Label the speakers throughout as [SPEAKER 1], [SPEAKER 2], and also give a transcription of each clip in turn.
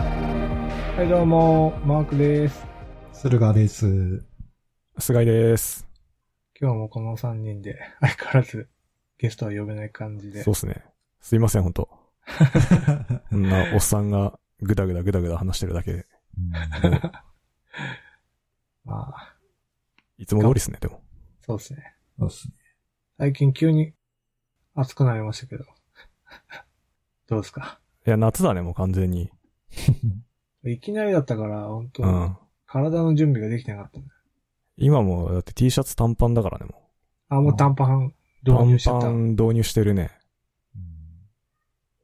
[SPEAKER 1] はい、どうも、マークです。
[SPEAKER 2] 駿河です。
[SPEAKER 3] 菅井です。
[SPEAKER 1] 今日もこの3人で、 相変わらず、ゲストは呼べない感じで
[SPEAKER 3] そう。ですね。すいません、本当こんなおっさんがぐだぐだぐだぐだ話してるだけで。もう
[SPEAKER 1] まあ、
[SPEAKER 3] いつも通りですね、でも。
[SPEAKER 1] そうですね。
[SPEAKER 2] そうっすね
[SPEAKER 1] 最近急に暑くなりましたけど。 どうですか
[SPEAKER 3] いや、夏だね、もう完全に。
[SPEAKER 1] いきなりだったから、本当、
[SPEAKER 3] うん。
[SPEAKER 1] 体の準備ができてなかったね。
[SPEAKER 3] 今も、だって T シャツ短パンだからね、も
[SPEAKER 1] あ、もう短パン
[SPEAKER 3] う。
[SPEAKER 1] 導入しちゃっ
[SPEAKER 3] 短
[SPEAKER 1] た
[SPEAKER 3] パ。ン導入してるね。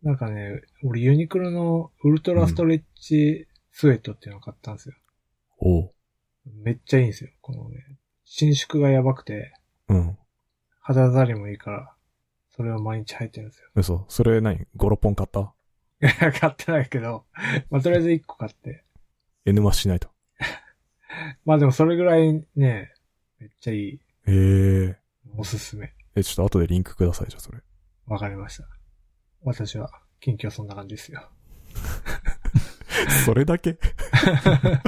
[SPEAKER 1] なんかね、俺ユニクロのウルトラストレッチスウェットっていうのを買ったんですよ。
[SPEAKER 3] おう。
[SPEAKER 1] めっちゃいいんですよ。このね、伸縮がやばくて、
[SPEAKER 3] うん。
[SPEAKER 1] 肌触りもいいから、それを毎日履いてるんですよ。
[SPEAKER 3] 嘘。それ何 ?5、6本買った
[SPEAKER 1] いや買ってないけど、 まあ、とりあえず1個買って。
[SPEAKER 3] ?N マスしないと。
[SPEAKER 1] まあでもそれぐらいね、めっちゃいい。
[SPEAKER 3] ええ。
[SPEAKER 1] おすすめ。
[SPEAKER 3] え、ちょっと後でリンクください、じゃあそれ。
[SPEAKER 1] わかりました。私は、近況そんな感じですよ。
[SPEAKER 3] それだけ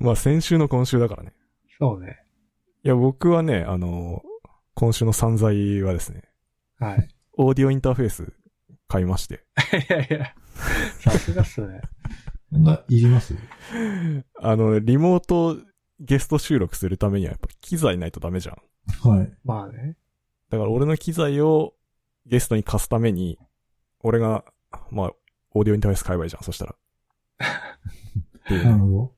[SPEAKER 3] まあ、先週の今週だからね。
[SPEAKER 1] そうね。
[SPEAKER 3] いや、僕はね、あの、今週の散財はですね、
[SPEAKER 1] はい。
[SPEAKER 3] オーディオインターフェース買いまして。
[SPEAKER 1] いやいや、さすがっすね。
[SPEAKER 2] そんな、いります
[SPEAKER 3] あの、リモートゲスト収録するためにはやっぱ機材ないとダメじゃん。
[SPEAKER 2] はい。
[SPEAKER 1] まあね。
[SPEAKER 3] だから俺の機材をゲストに貸すために、俺が、まあ、オーディオインターフェース買えばいいじゃん、そしたら。っていう
[SPEAKER 2] なる
[SPEAKER 3] ね
[SPEAKER 2] ほ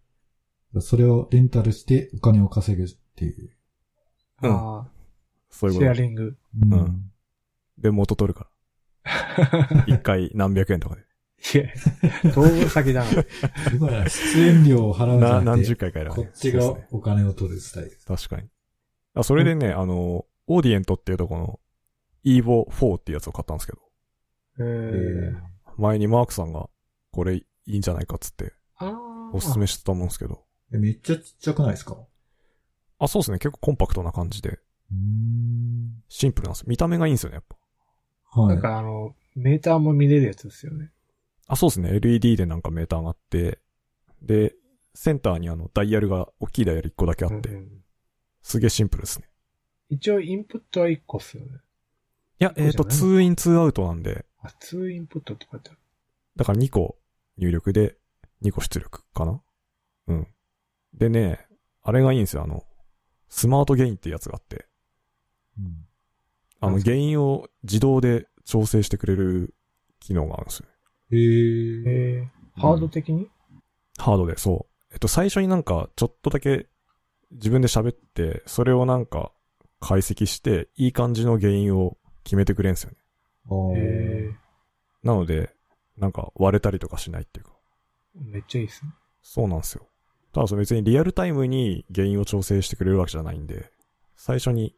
[SPEAKER 2] ど。それをレンタルしてお金を稼ぐっていう。
[SPEAKER 3] うん
[SPEAKER 1] あ
[SPEAKER 3] そ
[SPEAKER 1] あ、
[SPEAKER 3] うい
[SPEAKER 1] シ
[SPEAKER 3] うこ
[SPEAKER 1] ェア
[SPEAKER 3] と。。
[SPEAKER 1] リング。
[SPEAKER 2] うん
[SPEAKER 3] で、元取るから。一回何百円とかで。
[SPEAKER 1] いや、 当分先だな。
[SPEAKER 2] 今や出演料を払うんじゃ
[SPEAKER 3] な
[SPEAKER 2] な
[SPEAKER 3] 何
[SPEAKER 2] く
[SPEAKER 3] 十
[SPEAKER 2] て、
[SPEAKER 3] 回かやれば、
[SPEAKER 2] こ
[SPEAKER 3] ね。
[SPEAKER 2] っち
[SPEAKER 3] そ
[SPEAKER 2] が
[SPEAKER 3] うですね
[SPEAKER 2] お金を取るスタイル。
[SPEAKER 3] 確かに。あ、それでね、あの、オーディエントっていうとこの、EVO4 っていうやつを買ったんですけど、
[SPEAKER 1] え
[SPEAKER 2] え
[SPEAKER 1] ー、
[SPEAKER 2] ー
[SPEAKER 3] 前にマークさんが、これいいんじゃないかっつって、
[SPEAKER 1] ああ。
[SPEAKER 3] おすすめしてたもんですけど。
[SPEAKER 2] えめっちゃちっちゃくないですかう
[SPEAKER 3] あ、そうですね。結構コンパクトな感じで、
[SPEAKER 2] ーん。
[SPEAKER 3] シンプルなんですよ。見た目がいいんですよね、やっぱ。
[SPEAKER 2] は
[SPEAKER 1] ないん。かあの、メーターも見れるやつですよね。
[SPEAKER 3] あ、そうですね。LED でなんかメーターがあって、で、センターにあの、ダイヤルが、大きいダイヤル1個だけあって、
[SPEAKER 1] うん
[SPEAKER 3] すげえシンプルですね。
[SPEAKER 1] 一応インプットは1個っすよね。
[SPEAKER 3] いや、えっ、と、2イン2アウトなんで、
[SPEAKER 1] あ、2インプットって書いてある。
[SPEAKER 3] だから2個入力で、2個出力かなうん。でね、あれがいいんですよ。あの、スマートゲインってやつがあって、
[SPEAKER 2] うん
[SPEAKER 3] あの、
[SPEAKER 1] あそう
[SPEAKER 3] ゲインを自動で調整してくれる機能があるんですよ。
[SPEAKER 2] へー
[SPEAKER 1] えー、ハード的に、
[SPEAKER 3] ハードで、そう。えっと、最初になんか、ちょっとだけ自分で喋って、それをなんか解析して、いい感じの原因を決めてくれんすよね。
[SPEAKER 2] あー
[SPEAKER 1] え
[SPEAKER 3] なので、なんか割れたりとかしないっていうか。
[SPEAKER 1] ー、めっちゃいいっすね。
[SPEAKER 3] そうなんですよ。ただそれ別にリアルタイムに原因を調整してくれるわけじゃないんで、最初に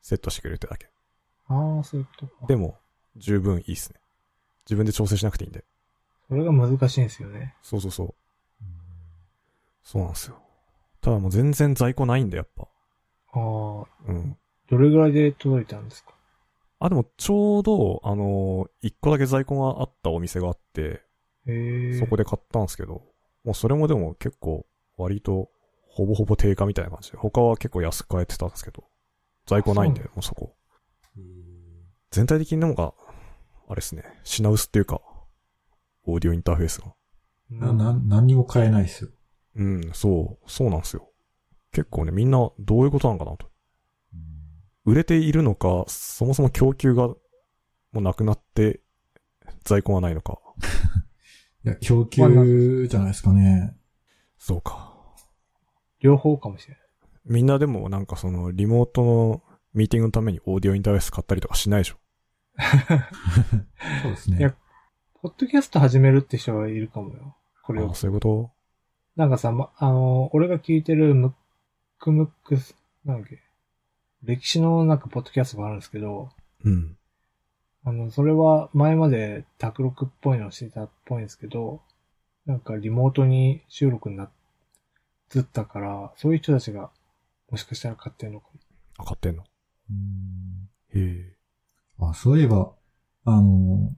[SPEAKER 3] セットしてくれるってだけ。
[SPEAKER 1] ああ、そういうことか。
[SPEAKER 3] でも、十分いいっすね。自分で調整しなくていいんで。
[SPEAKER 1] それが難しいんですよね。
[SPEAKER 3] そうそうそう。そうなんですよ。ただもう全然在庫ないんで、やっぱ。
[SPEAKER 1] ああ、
[SPEAKER 3] うん。
[SPEAKER 1] どれぐらいで届いたんですか
[SPEAKER 3] あ、でもちょうど、あのー一個だけ在庫があったお店があって、
[SPEAKER 1] へえ。
[SPEAKER 3] そこで買ったんですけど、もうそれもでも結構、割と、ほぼほぼ定価みたいな感じで、他は結構安く買えてたんですけど、在庫ないんで、
[SPEAKER 1] あ
[SPEAKER 3] もうそこ。
[SPEAKER 2] う
[SPEAKER 3] 全体的になんか、あれですね、品薄っていうか、オーディオインターフェースが。
[SPEAKER 1] うん、
[SPEAKER 2] ーんな、な、何にも買えないっすよ。
[SPEAKER 3] うん、そう、そうなんですよ。結構ね、みんなどういうことなんかなと。売れているのか、そもそも供給が、もうなくなって、在庫がないのか。
[SPEAKER 2] いや、供給じゃないですかね。
[SPEAKER 3] そうか。
[SPEAKER 1] 両方かもしれない。
[SPEAKER 3] みんなでもなんかそのリモートのミーティングのためにオーディオインターフェース買ったりとかしないでしょ。
[SPEAKER 2] そうですね。
[SPEAKER 1] いやポッドキャスト始めるって人がいるかもよ。これ
[SPEAKER 3] あ
[SPEAKER 1] を
[SPEAKER 3] あ。そういうこと
[SPEAKER 1] なんかさ、ま、あの、俺が聞いてるムックムックス、なんだっけ、歴史のなんかポッドキャストがあるんですけど、
[SPEAKER 3] うん。
[SPEAKER 1] あの、それは前まで卓録っぽいのをしてたっぽいんですけど、なんかリモートに収録になっつったから、そういう人たちがもしかしたら買ってるのかも。
[SPEAKER 3] あ、買ってんの。
[SPEAKER 2] うん
[SPEAKER 3] へえ。
[SPEAKER 2] あ、そういえば、あの、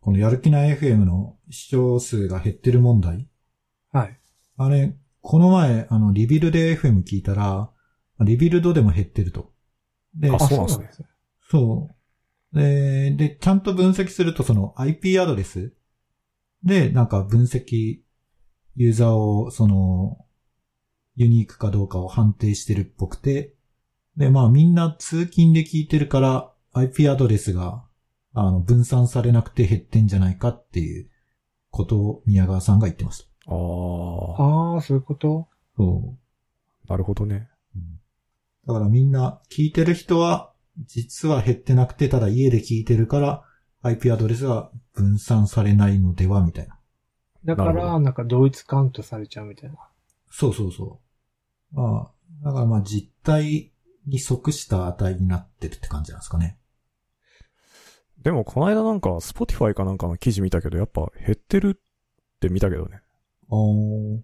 [SPEAKER 2] このやる気ない FM の視聴数が減ってる問題。
[SPEAKER 1] はい。
[SPEAKER 2] あれ、この前、あの、リビルで FM 聞いたら、リビルドでも減ってると。で
[SPEAKER 3] あ、そうなんですね
[SPEAKER 1] ね。
[SPEAKER 2] そう。で、で、ちゃんと分析すると、その IP アドレスで、なんか分析、ユーザーを、その、ユニークかどうかを判定してるっぽくて、で、まあみんな通勤で聞いてるから、IP アドレスが、あの、分散されなくて減ってんじゃないかっていうことを宮川さんが言ってました。
[SPEAKER 3] ああ、
[SPEAKER 1] ああ、そういうこと
[SPEAKER 2] そう。
[SPEAKER 3] なるほどね。
[SPEAKER 2] だからみんな聞いてる人は、実は減ってなくて、ただ家で聞いてるから、IP アドレスは分散されないのでは、みたいな。
[SPEAKER 1] だか
[SPEAKER 3] なるほ
[SPEAKER 1] ら、
[SPEAKER 3] ど
[SPEAKER 1] なんか同一カウントされちゃうみたいな。
[SPEAKER 2] そうそうそう。まあ、だからまあ実態に即した値になってるって感じなんですかね。
[SPEAKER 3] でも、この間なんか、Spotify かなんかの記事見たけど、やっぱ減ってるって見たけどね。
[SPEAKER 2] おー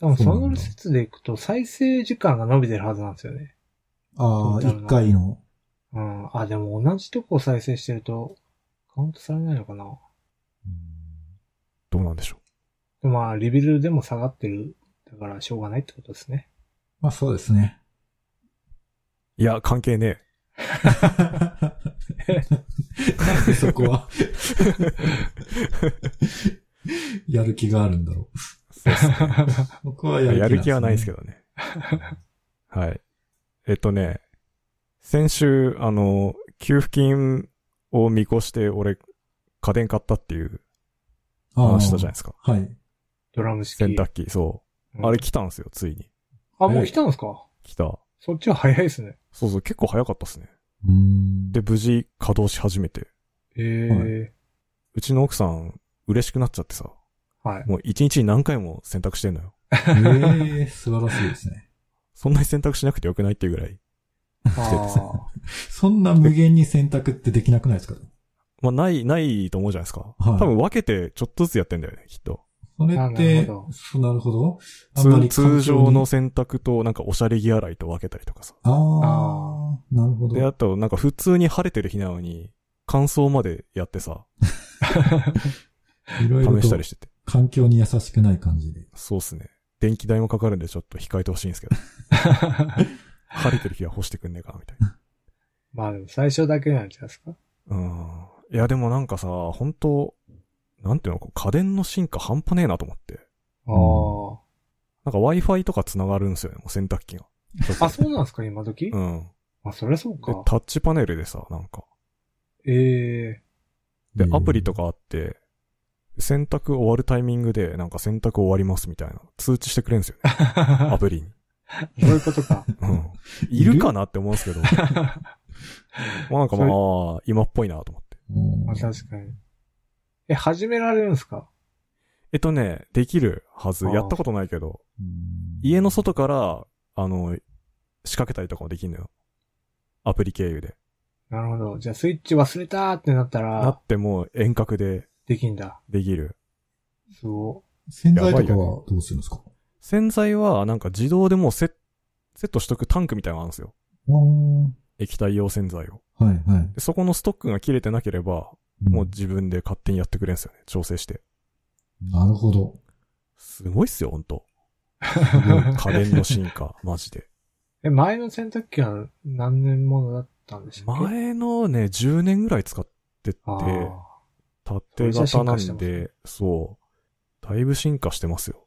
[SPEAKER 1] 多分
[SPEAKER 2] そう
[SPEAKER 1] そ
[SPEAKER 2] なん
[SPEAKER 1] の
[SPEAKER 2] だ
[SPEAKER 1] 説でいくと再生時間が伸びてるはずなんですよね。
[SPEAKER 2] ああ、
[SPEAKER 1] どうだろうな
[SPEAKER 2] 一回の。
[SPEAKER 1] うん。あ、でも同じとこを再生してるとカウントされないのかな。
[SPEAKER 3] どうなんでしょ
[SPEAKER 1] でまあ、リビルドでも下がってる。だからしょうがないってことですね。
[SPEAKER 2] まあそうですね。
[SPEAKER 3] う。いや、関係ねえ。
[SPEAKER 2] なんでそこはやる気があるんだろう。僕はやる気
[SPEAKER 3] やる気はないです
[SPEAKER 2] ど
[SPEAKER 3] けどね。はい。えっとね、先週、あの、給付金を見越して、俺、家電買ったっていう話したじゃないですか。
[SPEAKER 2] ああはい。
[SPEAKER 1] ドラム式。
[SPEAKER 3] 洗濯機、そ
[SPEAKER 1] うん
[SPEAKER 3] う。あれ来たんですよ、ついに。
[SPEAKER 1] あ、もう来たんですか
[SPEAKER 3] 来た。
[SPEAKER 1] そっちは早いですね。
[SPEAKER 3] そうそう、結構早かったですね。
[SPEAKER 2] うん
[SPEAKER 3] で、無事稼働し始めて。
[SPEAKER 1] ええ
[SPEAKER 3] うちの奥さん、嬉しくなっちゃってさ。
[SPEAKER 1] はい。
[SPEAKER 3] もう一日に何回も洗濯してんのよ。
[SPEAKER 2] えー、素晴らしいですね。
[SPEAKER 3] そんなに洗濯しなくてよくないっていうぐらい。
[SPEAKER 1] あ
[SPEAKER 2] そんな無限に選択ってできなくないですか
[SPEAKER 3] まあ、ない、ないと思うじゃないですか。
[SPEAKER 2] はい
[SPEAKER 3] 多分分けてちょっとずつやってんだよね、きっと。
[SPEAKER 2] それ
[SPEAKER 1] あな
[SPEAKER 2] っ
[SPEAKER 1] る
[SPEAKER 2] て
[SPEAKER 1] ほど、
[SPEAKER 2] そうなるほど。あんまり
[SPEAKER 3] 通
[SPEAKER 2] 環境
[SPEAKER 3] 通
[SPEAKER 2] に
[SPEAKER 3] 常の。洗濯と、なんかおしゃれ着洗いと分けたりとかさ。
[SPEAKER 2] あ
[SPEAKER 1] あ
[SPEAKER 2] あ、なるほ
[SPEAKER 3] で、
[SPEAKER 2] ど。
[SPEAKER 3] あと、なんか普通に晴れてる日なのに、乾燥までやってさ、
[SPEAKER 2] いろいろ
[SPEAKER 3] 試し
[SPEAKER 2] と
[SPEAKER 3] たりしてて。
[SPEAKER 2] 環境に優しくない感じで。
[SPEAKER 3] そうっすね。電気代もかかるんでちょっと控えてほしいんで すけど。
[SPEAKER 1] あ。
[SPEAKER 3] 晴れてる日は干してくんねえかな、みたいな。
[SPEAKER 1] まあでも最初だけなんじゃないですか。
[SPEAKER 3] うん。いや、でもなんかさ、本当なんていうの、こう家電の進化半端ねえなと思って。
[SPEAKER 1] ああ。
[SPEAKER 3] なんか Wi-Fi とか繋がるんですよね、もう洗濯機が。
[SPEAKER 1] あ、そうなんですか、今時、
[SPEAKER 3] うん。
[SPEAKER 1] あ、そりゃそう
[SPEAKER 3] で
[SPEAKER 1] か、。
[SPEAKER 3] タッチパネルでさ、なんか。
[SPEAKER 1] ええ
[SPEAKER 3] で、アプリと
[SPEAKER 2] か。
[SPEAKER 3] かあって、洗濯終わるタイミングで、なんか洗濯終わりますみたいな通知してくれるんですよ ね、 アプリに。
[SPEAKER 1] そういうことか。
[SPEAKER 3] うん。いるかなって思うんですけど、まあなんかまあ
[SPEAKER 1] それ、
[SPEAKER 3] ああ今っぽいなと思って。
[SPEAKER 2] うん
[SPEAKER 1] まあ確かに。え、始められるんですか
[SPEAKER 3] えっとね、できるはず。
[SPEAKER 1] あー
[SPEAKER 3] やったことないけど、
[SPEAKER 2] うん
[SPEAKER 3] 家の外から、あの、仕掛けたりとかもできるのよ。アプリ経由で。
[SPEAKER 1] なるほど。じゃあスイッチ忘れたーってなった
[SPEAKER 3] な
[SPEAKER 1] ら
[SPEAKER 3] っ、ても遠隔で
[SPEAKER 1] できんだ。
[SPEAKER 3] できる。
[SPEAKER 1] そ
[SPEAKER 2] 洗剤とか
[SPEAKER 3] やばい
[SPEAKER 2] はどうするんですか
[SPEAKER 3] 洗剤はなんか自動でもうセッセットしとくタンクみたいなのあるんですよ。
[SPEAKER 2] ああ
[SPEAKER 3] 液体用洗剤を。
[SPEAKER 2] ー、はいはい
[SPEAKER 3] でそこのストックが切れてなければ、。
[SPEAKER 2] ん
[SPEAKER 3] もう自分で勝手にやってくれるんですよね。調整して。
[SPEAKER 2] なるほど。
[SPEAKER 3] すごいっすよ、ほんと。
[SPEAKER 1] う。
[SPEAKER 3] 家電の進化、マジで。
[SPEAKER 1] え、前の洗濯機は何年ものだったんでしたっけ
[SPEAKER 3] 前のね、10年ぐらい使ってて、
[SPEAKER 1] あ
[SPEAKER 3] 縦型なんで、そう。だいぶ進化してますよ。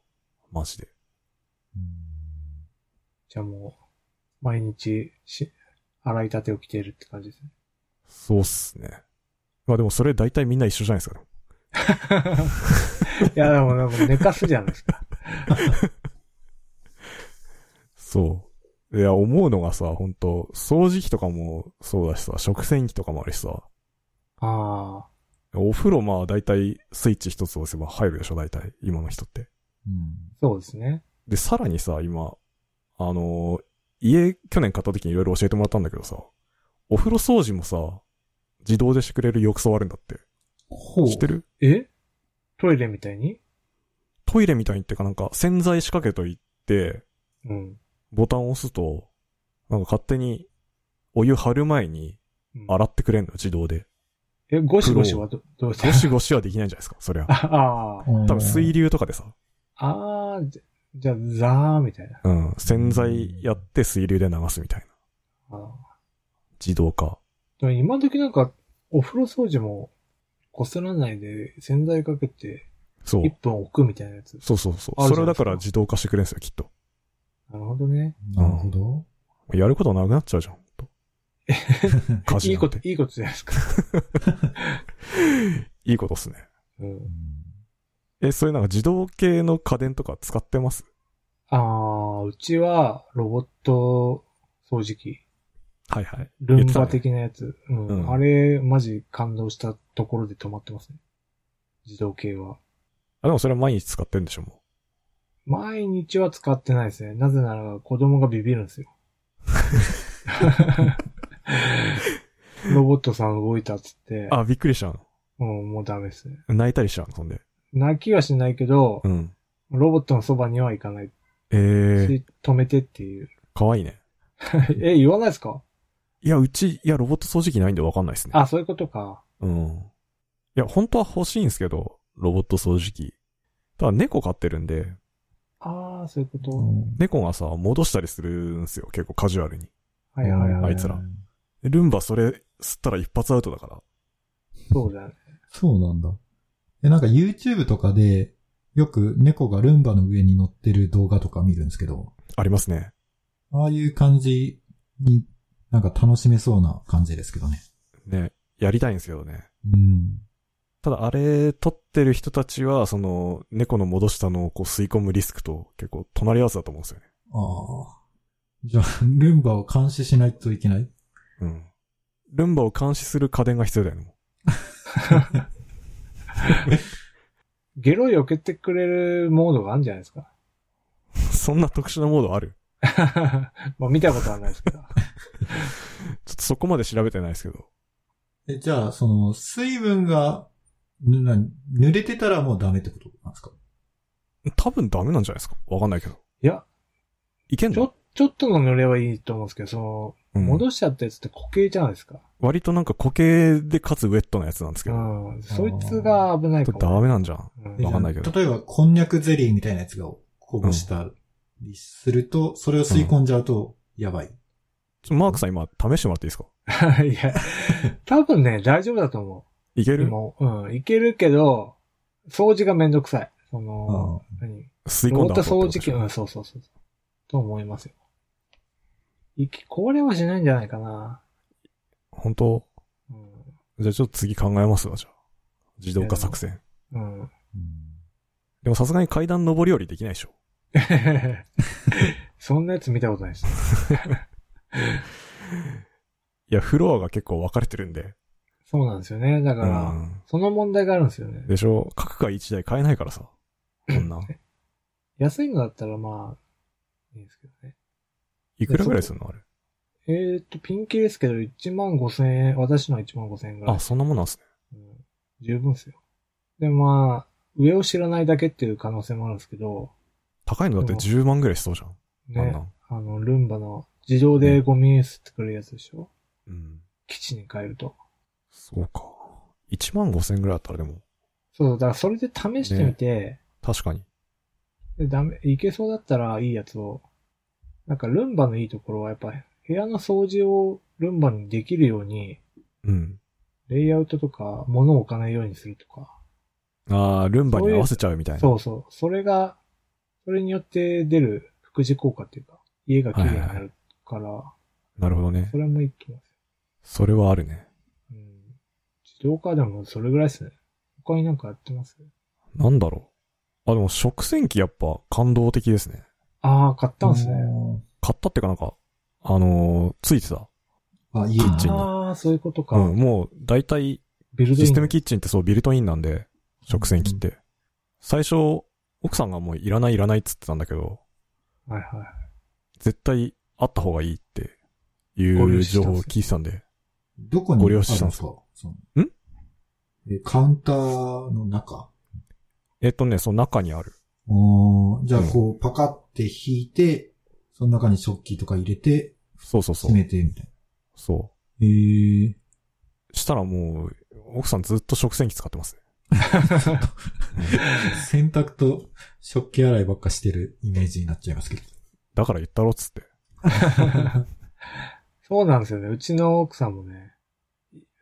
[SPEAKER 3] マジで。
[SPEAKER 1] ーじゃあもう、毎日し、洗いたてを着ているって感じですね。
[SPEAKER 3] そうっすね。まあでもそれ大体みんな一緒じゃないですか、ね。
[SPEAKER 1] いや、でも、でも寝かすじゃないですか。
[SPEAKER 3] そう。いや、思うのがさ、ほんと、掃除機とかもそうだしさ、食洗機とかもあるしさ、
[SPEAKER 1] ああ。
[SPEAKER 3] お風呂まあ大体スイッチ一つ押せば入るでしょ、大体。今の人って。
[SPEAKER 2] うん
[SPEAKER 1] そうですね。
[SPEAKER 3] で、さらにさ、今、あのー家、去年買った時にいろいろ教えてもらったんだけどさ、お風呂掃除もさ、自動でしてくれる浴槽あるんだって。
[SPEAKER 2] ほう。
[SPEAKER 3] 知ってる
[SPEAKER 1] えトイレみたいに
[SPEAKER 3] トイレみたいにってかなんか洗剤仕掛けといて、
[SPEAKER 1] うん。
[SPEAKER 3] ボタンを押すと、なんか勝手にお湯張る前に
[SPEAKER 1] うん
[SPEAKER 3] 洗ってくれんの、自動で。
[SPEAKER 1] え、ゴシゴシはどどうした
[SPEAKER 3] ゴシゴシはできないんじゃないですか、そりゃ。
[SPEAKER 1] ああ。
[SPEAKER 3] 多分水
[SPEAKER 2] 流。
[SPEAKER 3] 流とかでさ、
[SPEAKER 1] ああ、じゃじゃあ、ザーみたいな。
[SPEAKER 3] うん、洗剤やって水流で流すみたいな。
[SPEAKER 1] あー
[SPEAKER 3] 自動化。
[SPEAKER 1] でも今時なんか、お風呂掃除も、こすらないで洗剤かけて、
[SPEAKER 3] そう。
[SPEAKER 1] 1分置くみたいなやつ。
[SPEAKER 3] そうそうそ
[SPEAKER 1] あ
[SPEAKER 3] う。
[SPEAKER 1] るじ
[SPEAKER 3] それ
[SPEAKER 1] ゃ
[SPEAKER 3] を
[SPEAKER 1] ないで
[SPEAKER 3] だ
[SPEAKER 1] すか
[SPEAKER 3] から自動化してくれるんですよ、きっと。
[SPEAKER 1] なるほどね。
[SPEAKER 2] なるほど。
[SPEAKER 3] やることなくなっちゃうじゃん。ほん と家事
[SPEAKER 1] いい
[SPEAKER 3] なんて
[SPEAKER 1] こと、いいことじゃないですか。
[SPEAKER 3] いいことっすね。
[SPEAKER 1] うん。
[SPEAKER 3] え、そういうなんか自動系の家電とか使ってます
[SPEAKER 1] ああ、うちは、ロボット掃除機。
[SPEAKER 3] はいはい。
[SPEAKER 1] ルン
[SPEAKER 3] 言
[SPEAKER 1] バ
[SPEAKER 3] ってたね
[SPEAKER 1] 的なやつ。うん。
[SPEAKER 3] うん
[SPEAKER 1] あれ、マジ感動したところで止まってますね。自動系は。
[SPEAKER 3] あ、でもそれは毎日使ってるんでしょ、も
[SPEAKER 1] 毎日は使ってないですね。なぜなら子供がビビるんです よ。 ロボットさん動いたっつって
[SPEAKER 3] う。、あ、びっくりしたの。
[SPEAKER 1] うん、もうダメですね。
[SPEAKER 3] 泣いたりしたの、そんで。
[SPEAKER 1] 泣きはしないけど
[SPEAKER 3] う、ん。
[SPEAKER 1] ロボットのそばには行かないし、
[SPEAKER 3] えー、
[SPEAKER 1] 止めてっていう。
[SPEAKER 3] かわいいね。
[SPEAKER 1] え、言わないですか
[SPEAKER 3] いや、うち、いや、ロボット掃除機ないんでわかんないですね。
[SPEAKER 1] あ、そういうことか。
[SPEAKER 3] うん。いや、本当は欲しいんですけど、ロボット掃除機。ただ猫飼ってるんで、
[SPEAKER 1] ああ、そういうこと。
[SPEAKER 3] 猫がさ、戻したりするんですよ、結構カジュアルに。
[SPEAKER 1] はいはいはい。
[SPEAKER 3] あいつら。でルンバそれ吸ったら一発アウトだから。
[SPEAKER 1] そうだね。
[SPEAKER 2] そうなんだ。で、なんか YouTube とかで、よく猫がルンバの上に乗ってる動画とか見るんですけど、
[SPEAKER 3] ありますね。
[SPEAKER 2] ああいう感じになんか楽しめそうな感じですけどね。
[SPEAKER 3] ね、やりたいんですけどね。
[SPEAKER 2] うん。
[SPEAKER 3] ただあれ、撮ってる人たちは、その、猫の戻したのをこう吸い込むリスクと結構隣り合わせだと思うんですよね。
[SPEAKER 2] ああ。じゃあ、 ルンバを監視しないといけない
[SPEAKER 3] うん。ルンバを監視する家電が必要だよね、も
[SPEAKER 1] ゲロ避けてくれるモードがあるんじゃないですか。
[SPEAKER 3] う そんな特殊なモードある
[SPEAKER 1] まあ見たことはないです けど。
[SPEAKER 3] ちょっとそこまで調べてないですけど。
[SPEAKER 2] え、じゃあ、その、水分が、ぬな濡れてたらもうダメってことなんですか
[SPEAKER 3] 多分ダメなんじゃないですかわかんないけど。
[SPEAKER 1] いや、
[SPEAKER 3] いけん
[SPEAKER 1] ち
[SPEAKER 3] の
[SPEAKER 1] ょ、ちょっとの濡れはいいと思うんですけど、その、
[SPEAKER 3] うん
[SPEAKER 1] 戻しちゃったやつって固形じゃないですか。
[SPEAKER 3] 割となんか固形でかつウェットなやつなんですけ
[SPEAKER 1] う
[SPEAKER 3] ど。
[SPEAKER 1] ん。そいつが危ないかも。
[SPEAKER 3] ダメなんじゃん。
[SPEAKER 1] うん
[SPEAKER 2] え
[SPEAKER 3] わかんないけど
[SPEAKER 2] じゃあ例えば、こんにゃくゼリーみたいなやつがこぼしたりすると、それを吸い込んじゃうと、やばい。
[SPEAKER 3] ちょマークさん今試してもらっていいですか
[SPEAKER 1] いや、多分ね、大丈夫だと思
[SPEAKER 3] いけ
[SPEAKER 1] う。
[SPEAKER 3] る
[SPEAKER 1] もう、うん、いけるけど、掃除がめんどくさい。その、何
[SPEAKER 3] 吸い
[SPEAKER 1] ロ
[SPEAKER 3] 込
[SPEAKER 1] ボ
[SPEAKER 3] ん
[SPEAKER 1] ット
[SPEAKER 3] だ後
[SPEAKER 1] 掃
[SPEAKER 3] って
[SPEAKER 1] 除
[SPEAKER 3] ことで
[SPEAKER 1] 機、
[SPEAKER 3] しょ
[SPEAKER 1] うん、そうそうそう。と思いますよ。いき、これはしないんじゃないかな。
[SPEAKER 3] 本当
[SPEAKER 1] うん。
[SPEAKER 3] じゃあちょっと次考えますわ、じゃあ。自動化作戦。
[SPEAKER 1] うん。
[SPEAKER 3] でもさすがに階段上り下りできないでしょ。
[SPEAKER 1] そんなやつ見たことないです。
[SPEAKER 3] いや、フロアが結構分かれてるんで。
[SPEAKER 1] そうなんですよね。だ
[SPEAKER 3] う
[SPEAKER 1] から、
[SPEAKER 3] ん。
[SPEAKER 1] その問題があるんですよね。
[SPEAKER 3] でしょ各回1台買えないからさ。こ んなん。
[SPEAKER 1] 安いのだったらまあ、いいんですけどね。
[SPEAKER 3] いくらぐらいするのあれ。
[SPEAKER 1] えーっと、ピンキリですけど、1万5千円、私のは1万5千円ぐらい
[SPEAKER 3] あ、。そんなもんなんすね。
[SPEAKER 1] うん十分ですよ。で、まあ、上を知らないだけっていう可能性もあるんですけど、
[SPEAKER 3] 高いのだって10万ぐらいしそうじゃん。あん
[SPEAKER 1] ね
[SPEAKER 3] な、ん。
[SPEAKER 1] あの、ルンバの自動でゴミ吸ってくれるやつでしょ
[SPEAKER 3] うん。
[SPEAKER 1] 基地に帰ると。
[SPEAKER 3] そうか。1万5千ぐらいだったらでも、
[SPEAKER 1] そう、だからそれで試してみて、
[SPEAKER 3] 確かに。
[SPEAKER 1] でダメ、いけそうだったらいいやつを、なんかルンバのいいところはやっぱ部屋の掃除をルンバにできるように、
[SPEAKER 3] うん。
[SPEAKER 1] レイアウトとか物を置かないようにするとか、
[SPEAKER 3] あー、ルンバに合わせちゃうみたいな。
[SPEAKER 1] そうそう。それが、それによって出る副次効果っていうか、家が綺麗になるから、
[SPEAKER 3] なるほどね
[SPEAKER 1] そ。れもいいと思います。
[SPEAKER 3] それはあるね。
[SPEAKER 1] うん。自動化でもそれぐらいですね。他になんかやってます
[SPEAKER 3] なんだろう。あ、でも食洗機やっぱ感動的ですね。
[SPEAKER 1] ああ、買ったんですね。
[SPEAKER 2] ね。
[SPEAKER 3] 買ったっていうかなんか、あのーついてた。
[SPEAKER 2] あ、家に
[SPEAKER 3] キッチンに
[SPEAKER 1] ああ、そういうことか。
[SPEAKER 3] うん、もう大体、
[SPEAKER 1] ビルドイン
[SPEAKER 3] システムキッチンってそうビルトインなんで、食洗機って。最初、奥さんがもういらないいらないっつってたんだけど、
[SPEAKER 1] はいは
[SPEAKER 3] 絶対あった方がいいってい
[SPEAKER 1] ご了承
[SPEAKER 3] う
[SPEAKER 1] した
[SPEAKER 3] 情
[SPEAKER 1] んですね
[SPEAKER 3] 報を聞いてたんで、
[SPEAKER 2] どこに
[SPEAKER 3] ご利用し
[SPEAKER 2] ある
[SPEAKER 3] たん
[SPEAKER 2] ん
[SPEAKER 3] で
[SPEAKER 2] ですす
[SPEAKER 3] か
[SPEAKER 2] かその
[SPEAKER 3] ん
[SPEAKER 2] えカウンターの中
[SPEAKER 3] えっとね、その中にある。
[SPEAKER 2] おーじゃあ、
[SPEAKER 3] うん
[SPEAKER 2] こう、パカって引いて、その中に食器とか入れて、
[SPEAKER 3] そうそうそ
[SPEAKER 2] 閉
[SPEAKER 3] う。
[SPEAKER 2] めて、みたい
[SPEAKER 3] そ
[SPEAKER 2] な。へえ。
[SPEAKER 3] う。したらもう、奥さんずっと食洗機使ってますね。
[SPEAKER 2] 洗濯と食器洗いばっかしてるイメージになっちゃい ますけど。
[SPEAKER 3] だから言ったろっつって。
[SPEAKER 1] そうなんですよね。うちの奥さんもね、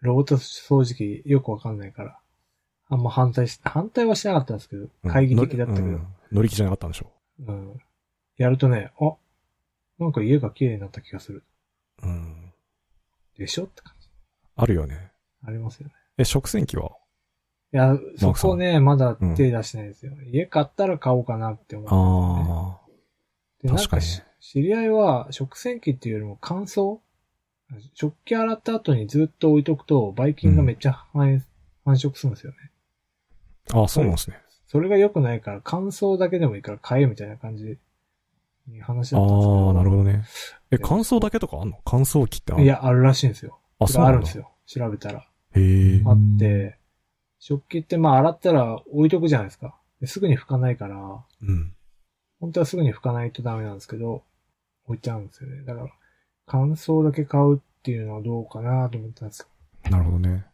[SPEAKER 1] ロボット掃除機よくわかんないから、あんま反対し、反対はしなかったんですけど、
[SPEAKER 3] うん
[SPEAKER 1] 懐疑的だったけど、
[SPEAKER 3] 乗りうん乗り気じゃなかったんでしょ
[SPEAKER 1] うん。やるとね、あ、なんか家が綺麗になった気がする。
[SPEAKER 3] う。うん。
[SPEAKER 1] でしょって感じ。
[SPEAKER 3] あるよね。
[SPEAKER 1] ありますよね。
[SPEAKER 3] え、食洗機はい
[SPEAKER 1] や、
[SPEAKER 3] さ
[SPEAKER 1] そ
[SPEAKER 3] ん
[SPEAKER 1] こね、まだ手出してないですよ。家買ったら買おうかなって思って、ね。
[SPEAKER 3] ああ。
[SPEAKER 1] で、なん
[SPEAKER 3] 確か
[SPEAKER 1] か
[SPEAKER 3] に
[SPEAKER 1] し知り合いは食洗機っていうよりも乾燥食器洗った後にずっと置いとくと、ばい菌がめっちゃ繁栄繁殖するんですよね。
[SPEAKER 3] ああ、そうなんですね。
[SPEAKER 1] それが良くないから、乾燥だけでもいいから買えみたいな感じに話
[SPEAKER 3] あ
[SPEAKER 1] だ
[SPEAKER 3] あ
[SPEAKER 1] ったんですけど。
[SPEAKER 3] ー、なるほどね。え、
[SPEAKER 1] でも
[SPEAKER 3] 乾燥だけとかあんの乾燥機ってあんの
[SPEAKER 1] い、や、あるらしいんですよ。
[SPEAKER 3] あ、そう
[SPEAKER 1] あ
[SPEAKER 3] な
[SPEAKER 1] る
[SPEAKER 3] ん
[SPEAKER 1] ん
[SPEAKER 3] だ
[SPEAKER 1] ですよ。調べたら。
[SPEAKER 3] へえ。
[SPEAKER 1] あって、食器ってまあ洗ったら置いとくじゃないですか。ですぐに拭かないから、
[SPEAKER 3] うん。
[SPEAKER 1] 本当はすぐに拭かないとダメなんですけど、置いちゃうんですよね。だから、乾燥だけ買うっていうのはどうかなと思ったんですけど。
[SPEAKER 3] なるほどね。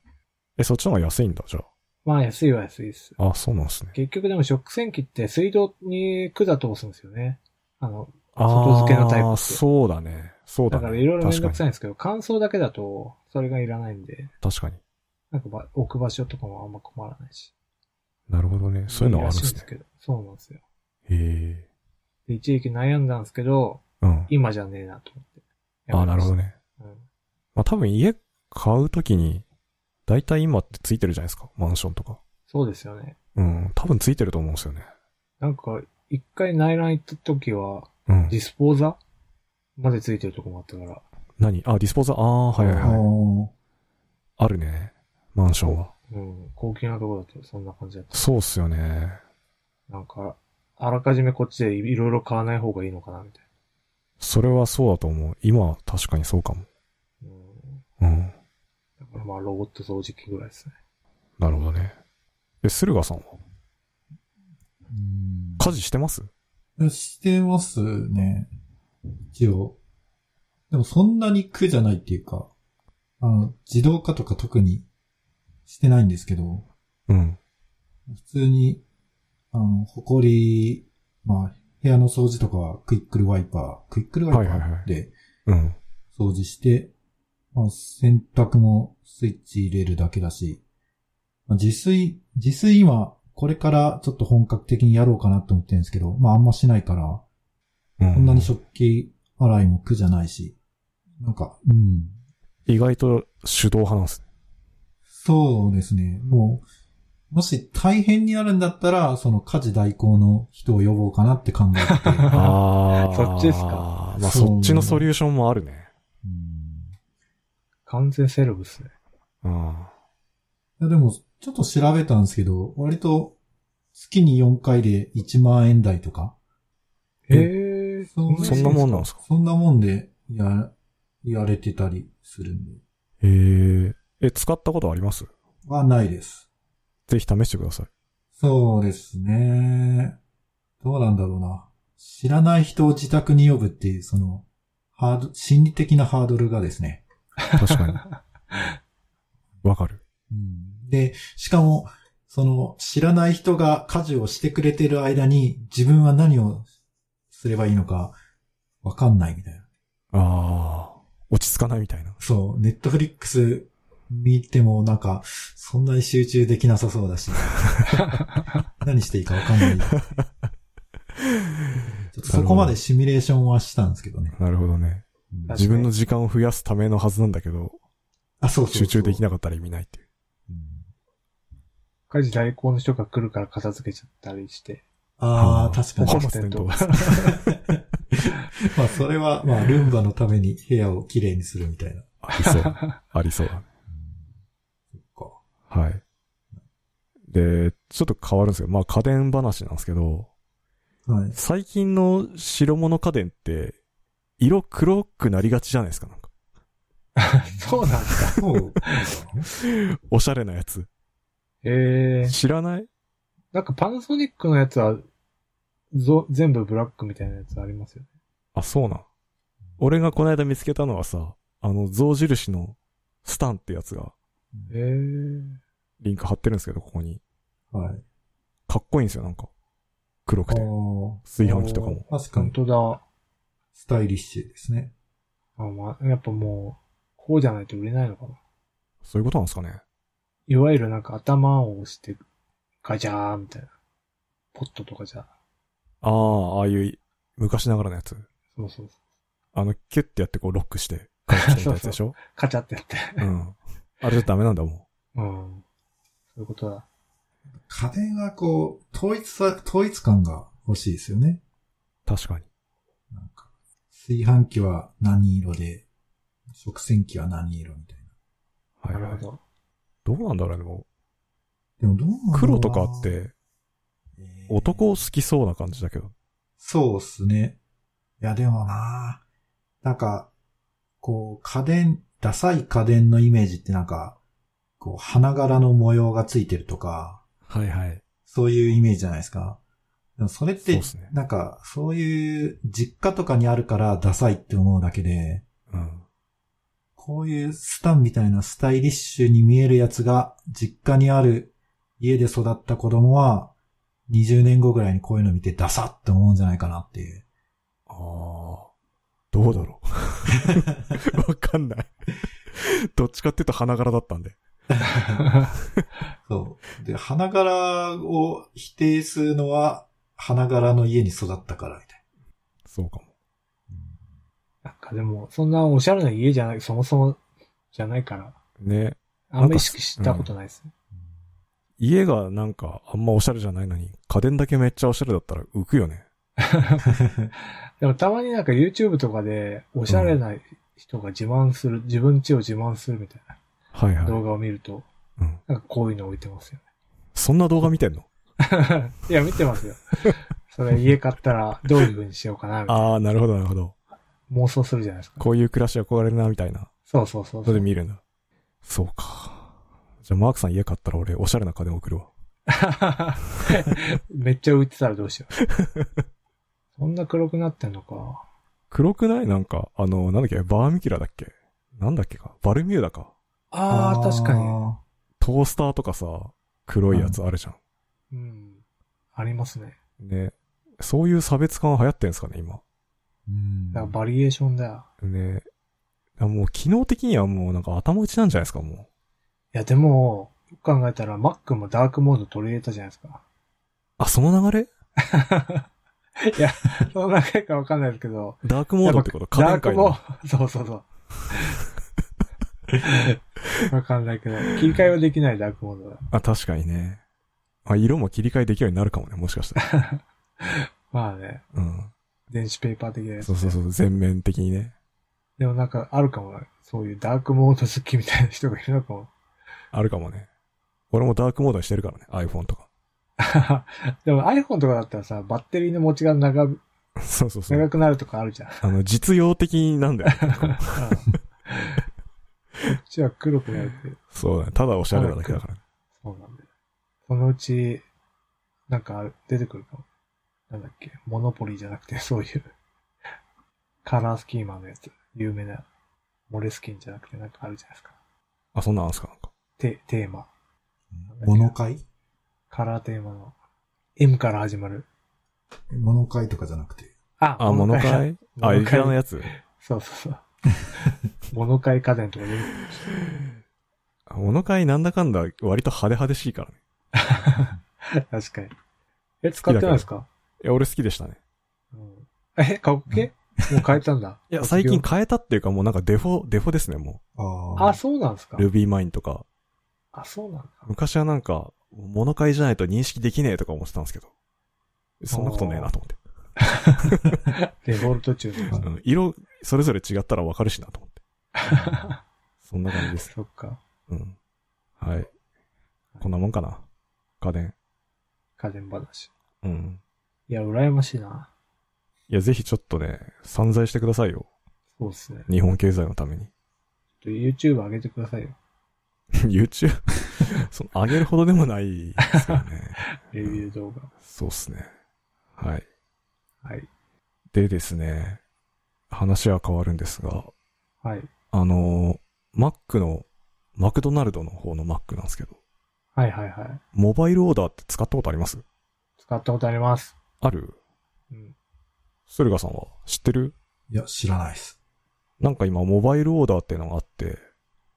[SPEAKER 3] え、そっちの方が安いんだ、じゃ
[SPEAKER 1] まあ安いは安いです。
[SPEAKER 3] あ。あ、そうなんですね。
[SPEAKER 1] 結局でも食洗機って水道に管通すんですよね。あの、
[SPEAKER 3] あ
[SPEAKER 1] 外付けのタイプっ
[SPEAKER 3] あ、
[SPEAKER 1] て
[SPEAKER 3] そうだね。そうだ
[SPEAKER 1] だ
[SPEAKER 3] ね。
[SPEAKER 1] からいろいろめん
[SPEAKER 3] 確
[SPEAKER 1] ど
[SPEAKER 3] か
[SPEAKER 1] く
[SPEAKER 3] に
[SPEAKER 1] さ。いんですけど、乾燥だけだと、それがいらないんで、
[SPEAKER 3] 確かに。
[SPEAKER 1] なんかば置く場所とかもあんま困らないし。
[SPEAKER 3] なるほどね。そういうのはあるん
[SPEAKER 1] いい
[SPEAKER 3] で
[SPEAKER 1] らし
[SPEAKER 3] す
[SPEAKER 1] い
[SPEAKER 3] ね。
[SPEAKER 1] けど。そうなんですよ。
[SPEAKER 3] へえ。
[SPEAKER 1] で一時期悩んだんですけど、
[SPEAKER 3] うん。
[SPEAKER 1] 今じゃねえなと思って。
[SPEAKER 3] あ、なるほど
[SPEAKER 1] ね。
[SPEAKER 3] ね。
[SPEAKER 1] うん
[SPEAKER 3] まあ多分家買うときに、だいたい今ってついてるじゃないですか。マンションとか。
[SPEAKER 1] そうですよね。
[SPEAKER 3] うん。多分ついてると思うんですよね。
[SPEAKER 1] なんか、一回内覧行った時は、
[SPEAKER 3] うん
[SPEAKER 1] デ。ィスポーザまでついてるとこもあったから、
[SPEAKER 3] 何あ、ディスポーザー。ああー、はいはいはい。
[SPEAKER 2] おー
[SPEAKER 3] あるね。マンションは。
[SPEAKER 1] うん、高級なとこだとそんな感じだった。
[SPEAKER 3] そうっすよね。
[SPEAKER 1] なんか、あらかじめこっちでいろいろ買わない方がいいのかな、みたい
[SPEAKER 3] それはそうだと思う。今は確かにそうかも。
[SPEAKER 1] な。うん。
[SPEAKER 3] うん。
[SPEAKER 1] だからまあ、ロボット掃除機ぐらいですね。
[SPEAKER 3] なるほどね。え、駿河さんは
[SPEAKER 2] うん
[SPEAKER 3] 家事してます
[SPEAKER 2] してますね。一応。でもそんなに苦じゃないっていうか、あの、自動化とか特にしてないんですけど、
[SPEAKER 3] うん。
[SPEAKER 2] 普通に、あの、ほこり、まあ、部屋の掃除とかはクイックルワイパー、クイックルワイパ
[SPEAKER 3] はいはいは
[SPEAKER 2] ー
[SPEAKER 3] い
[SPEAKER 2] で
[SPEAKER 3] うん。
[SPEAKER 2] 掃除して、まあ、洗濯もスイッチ入れるだけだし、まあ、自炊、自炊今、これからちょっと本格的にやろうかなと思ってるんですけど、まああんましないから、
[SPEAKER 3] うん。
[SPEAKER 2] こんなに食器洗いも苦じゃないし、なんか、うん。
[SPEAKER 3] 意外と手動派なんですね。
[SPEAKER 2] そうですね。もう、もし大変になるんだったら、その家事代行の人を呼ぼうかなって考えてて、うん
[SPEAKER 3] ああ。
[SPEAKER 1] そっちですか
[SPEAKER 3] まあ
[SPEAKER 2] そう
[SPEAKER 3] そっちのソリューションもあるね。
[SPEAKER 1] 完全セレブっすね。
[SPEAKER 3] うん。
[SPEAKER 2] いやでも、ちょっと調べたんですけど、割と月に4回で1万円台とか、
[SPEAKER 1] へ
[SPEAKER 3] え
[SPEAKER 1] え。
[SPEAKER 2] そう
[SPEAKER 3] そんなもんなんですか
[SPEAKER 2] そんなもんでや、やれてたりするんで、
[SPEAKER 3] えー、え、使ったことあります
[SPEAKER 2] はないです。
[SPEAKER 3] ぜひ試してください。
[SPEAKER 2] そうですね。どうなんだろうな。知らない人を自宅に呼ぶっていう、その、ハード、心理的なハードルがですね。
[SPEAKER 3] 確かに。わかる。
[SPEAKER 2] うん、で、しかも、その、知らない人が家事をしてくれてる間に、自分は何をすればいいのか、わかんないみたいな。
[SPEAKER 3] ああ。落ち着かないみたいな。
[SPEAKER 2] そう、ネットフリックス見てもなんか、そんなに集中できなさそうだ し、何していいかわかんない。ちょっとそこまでシミュレーションはしたんですけどね。
[SPEAKER 3] なるほど
[SPEAKER 1] 確か
[SPEAKER 3] ね。
[SPEAKER 1] に
[SPEAKER 3] 自分の時間を増やすためのはずなんだけど、
[SPEAKER 2] あ、そうそうそう
[SPEAKER 3] 集中できなかったら意味ないっていう。
[SPEAKER 2] うん
[SPEAKER 1] 家事代行の人が来るから片付けちゃったりして。
[SPEAKER 2] あ
[SPEAKER 3] うん
[SPEAKER 2] あ、確かに
[SPEAKER 1] こ。
[SPEAKER 3] 本末転倒です。
[SPEAKER 2] まあ、それは、まあ、ルンバのために部屋をきれいにするみたいな。
[SPEAKER 3] ありそう。ありそうだね。
[SPEAKER 2] そっか。
[SPEAKER 3] はい。で、ちょっと変わるんですけど、まあ家電話なんですけど、
[SPEAKER 2] はい。
[SPEAKER 3] 最近の白物家電って、色黒くなりがちじゃないですか、なんか。
[SPEAKER 1] そうなんですか。
[SPEAKER 2] そう。
[SPEAKER 3] おしゃれなやつ。
[SPEAKER 1] ええ。
[SPEAKER 3] 知らない
[SPEAKER 1] なんかパナソニックのやつは、ぞ全部ブラックみたいなやつありますよね。
[SPEAKER 3] あ、そうなん。俺がこの間見つけたのはさ、あの、象印のスタンってやつが、
[SPEAKER 1] えー、
[SPEAKER 3] リンク貼ってるんですけど、ここに。
[SPEAKER 2] はい。
[SPEAKER 3] かっこいいんですよ、なんか。黒く
[SPEAKER 2] あ
[SPEAKER 3] て。
[SPEAKER 2] ー
[SPEAKER 3] 炊飯器とかも。
[SPEAKER 2] 確か
[SPEAKER 1] 本
[SPEAKER 2] に、
[SPEAKER 1] 当だ。
[SPEAKER 2] スタイリッシュですね。
[SPEAKER 1] あまあ、やっぱもう、こうじゃないと売れないのかな。
[SPEAKER 3] そういうことなんですかね。
[SPEAKER 1] いわゆるなんか頭を押して、ガジャーみたいな。ポットとかじゃ、
[SPEAKER 3] ああ、ああいう昔ながらのやつ。
[SPEAKER 1] そうそうそ
[SPEAKER 3] あの、キュッてやってこうロッ クして、ガチャッてやったやつでしょ
[SPEAKER 1] う。カチャってやって。
[SPEAKER 3] うん。あれじゃダメなんだも
[SPEAKER 1] うん。そういうことだ。
[SPEAKER 2] 家電はこう、統一さ、統一感が欲しいですよね。
[SPEAKER 3] ん。確かに。
[SPEAKER 2] なんか、炊飯器は何色で、食洗機は何色みたいな。
[SPEAKER 3] はい、
[SPEAKER 1] な
[SPEAKER 3] は
[SPEAKER 1] る
[SPEAKER 3] い。
[SPEAKER 1] ほど。
[SPEAKER 3] どうなんだろうね、でも
[SPEAKER 2] でもどうなんだろうな
[SPEAKER 3] 黒とかっ、て、
[SPEAKER 2] えー
[SPEAKER 3] 男好きそうな感じだけど。
[SPEAKER 2] そうっすね。いや、でもななんか、こう、家電、ダサい家電のイメージってなんか、こう、花柄の模様がついてるとか、
[SPEAKER 3] はいはい。
[SPEAKER 2] そういうイメージじゃないですか。でもそれっ
[SPEAKER 3] そう
[SPEAKER 2] て
[SPEAKER 3] っ、すね。
[SPEAKER 2] なんか、そういう実家とかにあるからダサいって思うだけで、
[SPEAKER 3] うん。
[SPEAKER 2] こういうスタンみたいなスタイリッシュに見えるやつが、実家にある家で育った子供は、20年後ぐらいにこういうの見てダサって思うんじゃないかなっていう。
[SPEAKER 3] ああ。どうだろう。 わかんない。どっちかっていうと花柄だったんで。
[SPEAKER 2] そう。で、花柄を否定するのは、花柄の家に育ったからみたい
[SPEAKER 3] そうかも。
[SPEAKER 1] なんかでも、そんなおしゃれな家じゃない、そもそもじゃないから、
[SPEAKER 3] ね。
[SPEAKER 1] あんま意識したことないですね。
[SPEAKER 3] 家がなんかあんまおしゃれじゃないのに、家電だけめっちゃおしゃれだったら浮くよね。
[SPEAKER 1] でもたまになんか YouTube とかで、おしゃれな人が自慢する、自分家を自慢するみたい
[SPEAKER 3] はい
[SPEAKER 1] な
[SPEAKER 3] は
[SPEAKER 1] 動
[SPEAKER 3] い。
[SPEAKER 1] 画を見ると、
[SPEAKER 3] うん。
[SPEAKER 1] なんかこういうの置いてますよ
[SPEAKER 3] そんな動画見てんの
[SPEAKER 1] ね。いや、見てますよ。それ家買ったらどういう風にしようかな、みたいな。
[SPEAKER 3] ああ、なるほどなるほど。
[SPEAKER 1] 妄想するじゃないですか。
[SPEAKER 3] こういう暮らし憧れるな、みたいな。
[SPEAKER 1] そうそうそう
[SPEAKER 3] そ
[SPEAKER 1] そ
[SPEAKER 3] れで
[SPEAKER 1] う。
[SPEAKER 3] 見るんだ。そうか。じゃあ、マークさん家買ったら俺、おしゃれな家電送るわ。
[SPEAKER 1] めっちゃ浮いてたらどうしよう。そんな黒くなってんのか。
[SPEAKER 3] 黒くないなんか、あの、なんだっけ、バーミキュラだっけなんだっけか。バルミューダか。
[SPEAKER 2] な。
[SPEAKER 1] ああ、確かに。
[SPEAKER 3] トースターとかさ、黒いやつあるじゃん。
[SPEAKER 1] うん。ありますね。
[SPEAKER 3] ね。そういう差別感は流行ってんすかね、今。
[SPEAKER 2] うん。
[SPEAKER 1] だからバリエーションだよ。
[SPEAKER 3] ね。あもう、機能的にはもう、なんか頭打ちなんじゃないですか、もう。
[SPEAKER 1] いや、でも、よく考えたら Mac もダークモード取り入れたじゃないですか。
[SPEAKER 3] あ、その流れ
[SPEAKER 1] いや、その中かわかんないですけど。
[SPEAKER 3] ダークモードってこと家
[SPEAKER 1] ダーク
[SPEAKER 3] 電界
[SPEAKER 1] モ
[SPEAKER 3] の。
[SPEAKER 1] ード。 そうそうそう。 わかんないけど、切り替えはできないダークモードだ。
[SPEAKER 3] あ、確かにね。あ、色も切り替えできるようになるかもね、もしかしたら。
[SPEAKER 1] まあね、
[SPEAKER 3] うん。
[SPEAKER 1] 電子ペーパー的なやつ
[SPEAKER 3] そうそうそう、全面的にね。
[SPEAKER 1] でもなんかあるかもな。そういうダークモード好きみたいな人がいるのかも。
[SPEAKER 3] あるかもね。俺もダークモードにしてるからね、iPhone とか。
[SPEAKER 1] でも iPhone とかだったらさ、バッテリーの持ちが長く
[SPEAKER 3] そうそうそ
[SPEAKER 1] 長
[SPEAKER 3] う。
[SPEAKER 1] くなるとかあるじゃん。
[SPEAKER 3] あの、実用的なんだよ。
[SPEAKER 1] うんこっちは黒くなるっていう。
[SPEAKER 3] そうだね。ただおしゃれなだけだからね。
[SPEAKER 1] そうなんだよ。そのうち、なんかある出てくるかも。なんだっけ、モノポリーじゃなくて、そういう、カラースキーマーのやつ、有名な、モレスキンじゃなくて、なんかあるじゃないですか。
[SPEAKER 3] あ、そんなんあんすかなんか。
[SPEAKER 1] テテーマ、
[SPEAKER 2] 物買い
[SPEAKER 1] カラーテーマの、M から始まる。
[SPEAKER 2] 物買いとかじゃなくて。
[SPEAKER 1] あ、
[SPEAKER 3] あ、物
[SPEAKER 1] だ
[SPEAKER 3] 買いあ、イ
[SPEAKER 1] 物
[SPEAKER 3] ク
[SPEAKER 1] 買い
[SPEAKER 3] ラのやつ。
[SPEAKER 1] そうそうそう。物買い家電とか出てくる
[SPEAKER 3] あ物買いなんだかんだ割と派手派手しいからね。
[SPEAKER 1] 確かに。え、使ってないですか
[SPEAKER 3] いや、俺好きでしたね。
[SPEAKER 1] うん、え、顔っけもう変えたんだ。
[SPEAKER 3] いや、
[SPEAKER 1] 卒
[SPEAKER 3] 最
[SPEAKER 1] 業
[SPEAKER 3] 近変えたっていうかもうなんかデフォ、デフォですね、も
[SPEAKER 2] ああ。
[SPEAKER 1] あ、そうなんですか
[SPEAKER 3] う。Ruby Mine とか。
[SPEAKER 1] あ、そうなんだ。
[SPEAKER 3] 昔はなんか、物買いじゃないと認識できねえとか思ってたんですけど。そんなことねえなと思って。
[SPEAKER 1] デフォルト中の。
[SPEAKER 3] うん、色、それぞれ違ったらわかるしなと思って。 そんな感じです。
[SPEAKER 1] そっか。
[SPEAKER 3] うん。はい。こんなもんかな。家電。
[SPEAKER 1] 家電話。
[SPEAKER 3] うん。
[SPEAKER 1] いや、羨ましいな。
[SPEAKER 3] いや、ぜひちょっとね、散財してくださいよ。
[SPEAKER 1] そうっすね。
[SPEAKER 3] 日本経済のために。
[SPEAKER 1] ちょっと YouTube 上げてくださいよ。
[SPEAKER 3] YouTube? その、上げるほどでもないですからね。
[SPEAKER 1] レビュー動画。
[SPEAKER 3] そうっすね。はい。
[SPEAKER 1] はい。
[SPEAKER 3] でですね、話は変わるんですが、
[SPEAKER 1] はい。
[SPEAKER 3] あの、Mac のマクドナルドの方の Mac なんですけど、
[SPEAKER 1] はいはいはい。
[SPEAKER 3] モバイルオーダーって使ったことあります
[SPEAKER 1] 使ったことあります。
[SPEAKER 3] ある
[SPEAKER 1] うん。
[SPEAKER 3] 駿河さんは知ってる
[SPEAKER 2] いや、知らないです。
[SPEAKER 3] なんか今、モバイルオーダーっていうのがあって、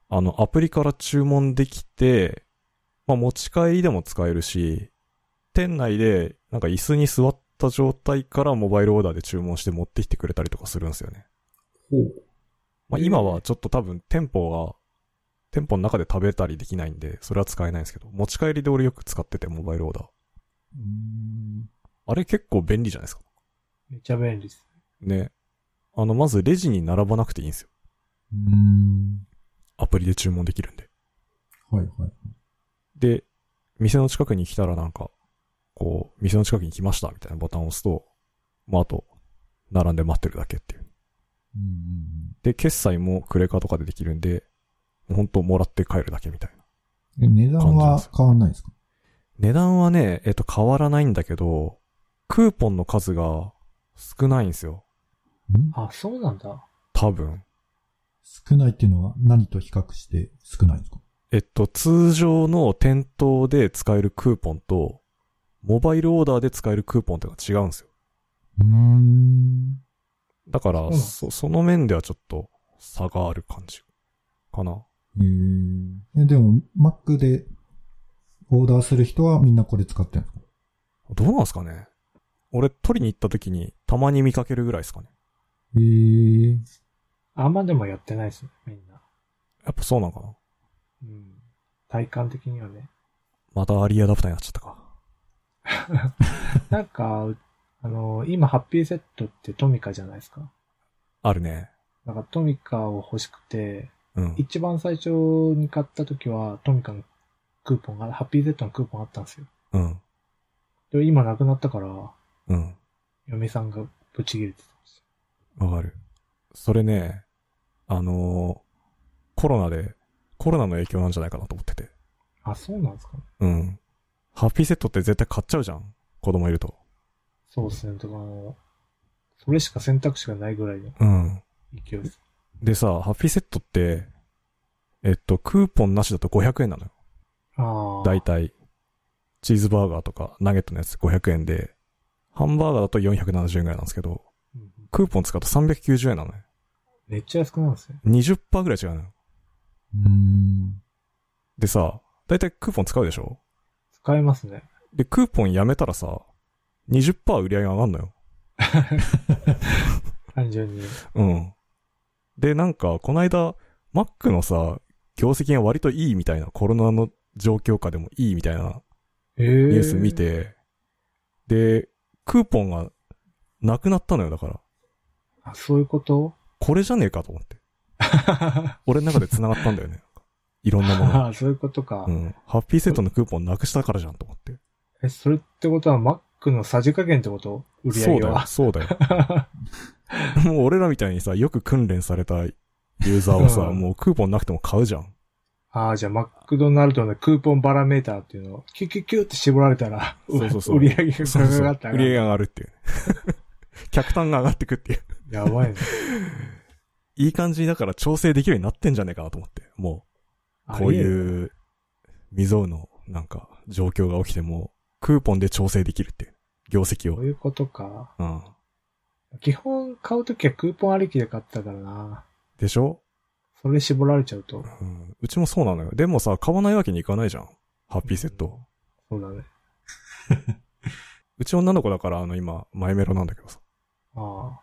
[SPEAKER 3] あの、アプリから注文できて、まあ持ち帰りでも使えるし、店内で、なんか椅子に座った状態からモバイルオーダーで注文して持ってきてくれたりとかするんですよね。
[SPEAKER 2] ほう。
[SPEAKER 3] まあ今はちょっと多分店舗が、店舗の中で食べたりできないんで、それは使えないんですけど、持ち帰りで俺よく使ってて、モバイルオーダー。
[SPEAKER 2] うん。
[SPEAKER 3] あれ結構便利じゃないですか。
[SPEAKER 1] めっちゃ便利です。
[SPEAKER 3] ね。あの、まずレジに並ばなくていいんですよ。
[SPEAKER 2] うん。
[SPEAKER 3] アプリで注文できるんで。
[SPEAKER 2] はいはい。
[SPEAKER 3] で、店の近くに来たらなんか、こう、店の近くに来ましたみたいなボタンを押すと、まあ、あと、並んで待ってるだけっていう。
[SPEAKER 2] うん
[SPEAKER 3] で、決済もクレカとかでできるんで、もう本当もらって帰るだけみたいな。
[SPEAKER 2] え値段は変わんないですか
[SPEAKER 3] 値段はね、えっと、変わらないんだけど、クーポンの数が少ないんですよ。
[SPEAKER 2] ん
[SPEAKER 1] あ、そうなんだ。
[SPEAKER 3] 多分。
[SPEAKER 2] 少ないっていうのは何と比較して少ないんですか
[SPEAKER 3] えっと、通常の店頭で使えるクーポンと、モバイルオーダーで使えるクーポンってのが違うんですよ。
[SPEAKER 2] うーん。
[SPEAKER 3] だか
[SPEAKER 1] そう
[SPEAKER 3] ら、
[SPEAKER 1] なの
[SPEAKER 3] そ、その面ではちょっと差がある感じかな。
[SPEAKER 2] へーえ、でも、Mac でオーダーする人はみんなこれ使ってるんですか
[SPEAKER 3] どうなんすかね俺、取りに行った時に、たまに見かけるぐらいですかね。
[SPEAKER 2] へえ。
[SPEAKER 1] あんまでもやってないですね、みんな。
[SPEAKER 3] やっぱそうなのかな
[SPEAKER 1] うん。体感的にはね。
[SPEAKER 3] またアリーアダプターになっちゃったか。
[SPEAKER 1] なんか、あの、今、ハッピーセットってトミカじゃないですか。
[SPEAKER 3] あるね。
[SPEAKER 1] なんかトミカを欲しくて、
[SPEAKER 3] うん。
[SPEAKER 1] 一番最初に買った時はトミカのクーポンが、ハッピーセットのクーポンあったんですよ。
[SPEAKER 3] うん。
[SPEAKER 1] で、今なくなったから、
[SPEAKER 3] うん。
[SPEAKER 1] 嫁さんがブチ切れてたんですよ。
[SPEAKER 3] わかる。それね、あのーコロナで、コロナの影響なんじゃないかなと思ってて。
[SPEAKER 1] あ、そうなんですかね。
[SPEAKER 3] うん。ハッピーセットって絶対買っちゃうじゃん。子供いると。
[SPEAKER 1] そうですね。とか、あの、それしか選択肢がないぐらいの
[SPEAKER 3] うん。
[SPEAKER 1] 勢いです。
[SPEAKER 3] でさ、ハッピーセットって、えっと、クーポンなしだと500円なのよ。
[SPEAKER 1] ああ。
[SPEAKER 3] 大体、チーズバーガーとかナゲットのやつ500円で、ハンバーガーだと470円ぐらいなんですけど、
[SPEAKER 1] うんうん
[SPEAKER 3] クーポン使うと390円なのね。
[SPEAKER 1] めっちゃ安くなるんですよ。
[SPEAKER 3] 20%ぐらい違うのよ。
[SPEAKER 2] うーん。
[SPEAKER 3] でさ、大体クーポン使うでしょ
[SPEAKER 1] 使えますね。
[SPEAKER 3] で、クーポンやめたらさ、20%売り上げ上がんのよ。
[SPEAKER 1] 単純に。
[SPEAKER 3] うん。で、なんか、この間、マックのさ、業績が割といいみたいな、コロナの状況下でもいいみたいな
[SPEAKER 1] ええ
[SPEAKER 3] ニュース見。て、で、クーポンがなくなったのよ、だから。
[SPEAKER 1] あ、そういうこと
[SPEAKER 3] これじゃねえかと思って。俺の中で繋がったんだよね。いろんなものが。
[SPEAKER 1] あそういうことか。
[SPEAKER 3] うん。ハッピーセットのクーポンなくしたからじゃんと思って。
[SPEAKER 1] え、それってことは、マックのさじ加減ってこと売り
[SPEAKER 3] そ
[SPEAKER 1] 上
[SPEAKER 3] う
[SPEAKER 1] げ
[SPEAKER 3] だよ
[SPEAKER 1] は。。
[SPEAKER 3] そうだよ。 もう俺らみたいにさ、よく訓練されたユーザーはさ、
[SPEAKER 1] うん
[SPEAKER 3] もうクーポンなくても買うじゃん。
[SPEAKER 1] ああ、じゃあ、マクドナルドのクーポンバラメーターっていうのを、キュキュキュって絞られたら、
[SPEAKER 3] そうそうそ う
[SPEAKER 1] 売り上げが
[SPEAKER 3] そう
[SPEAKER 1] 上
[SPEAKER 3] そ
[SPEAKER 1] が
[SPEAKER 3] う
[SPEAKER 1] った。
[SPEAKER 3] 売り上げが上がる っていう。客単が上がってくっていう。
[SPEAKER 1] やばいね。
[SPEAKER 3] いい感じにだから調整できるようになってんじゃねえかなと思って。もう、こう
[SPEAKER 1] う。
[SPEAKER 3] いう未曾有のなんか状況が起きても、クーポンで調整できるっていう。業績
[SPEAKER 1] そう
[SPEAKER 3] を。
[SPEAKER 1] いうことか。
[SPEAKER 3] うん。
[SPEAKER 1] 基本買うときはクーポンありきで買ってたからな。
[SPEAKER 3] でしょ
[SPEAKER 1] それ絞られちゃうと。
[SPEAKER 3] うんうちもそうなのよ。でもさ、買わないわけにいかないじゃん。ハッピーセット。
[SPEAKER 1] そうだね。
[SPEAKER 3] うち女の子だから、あの、今、マイメロなんだけどさ。
[SPEAKER 1] あ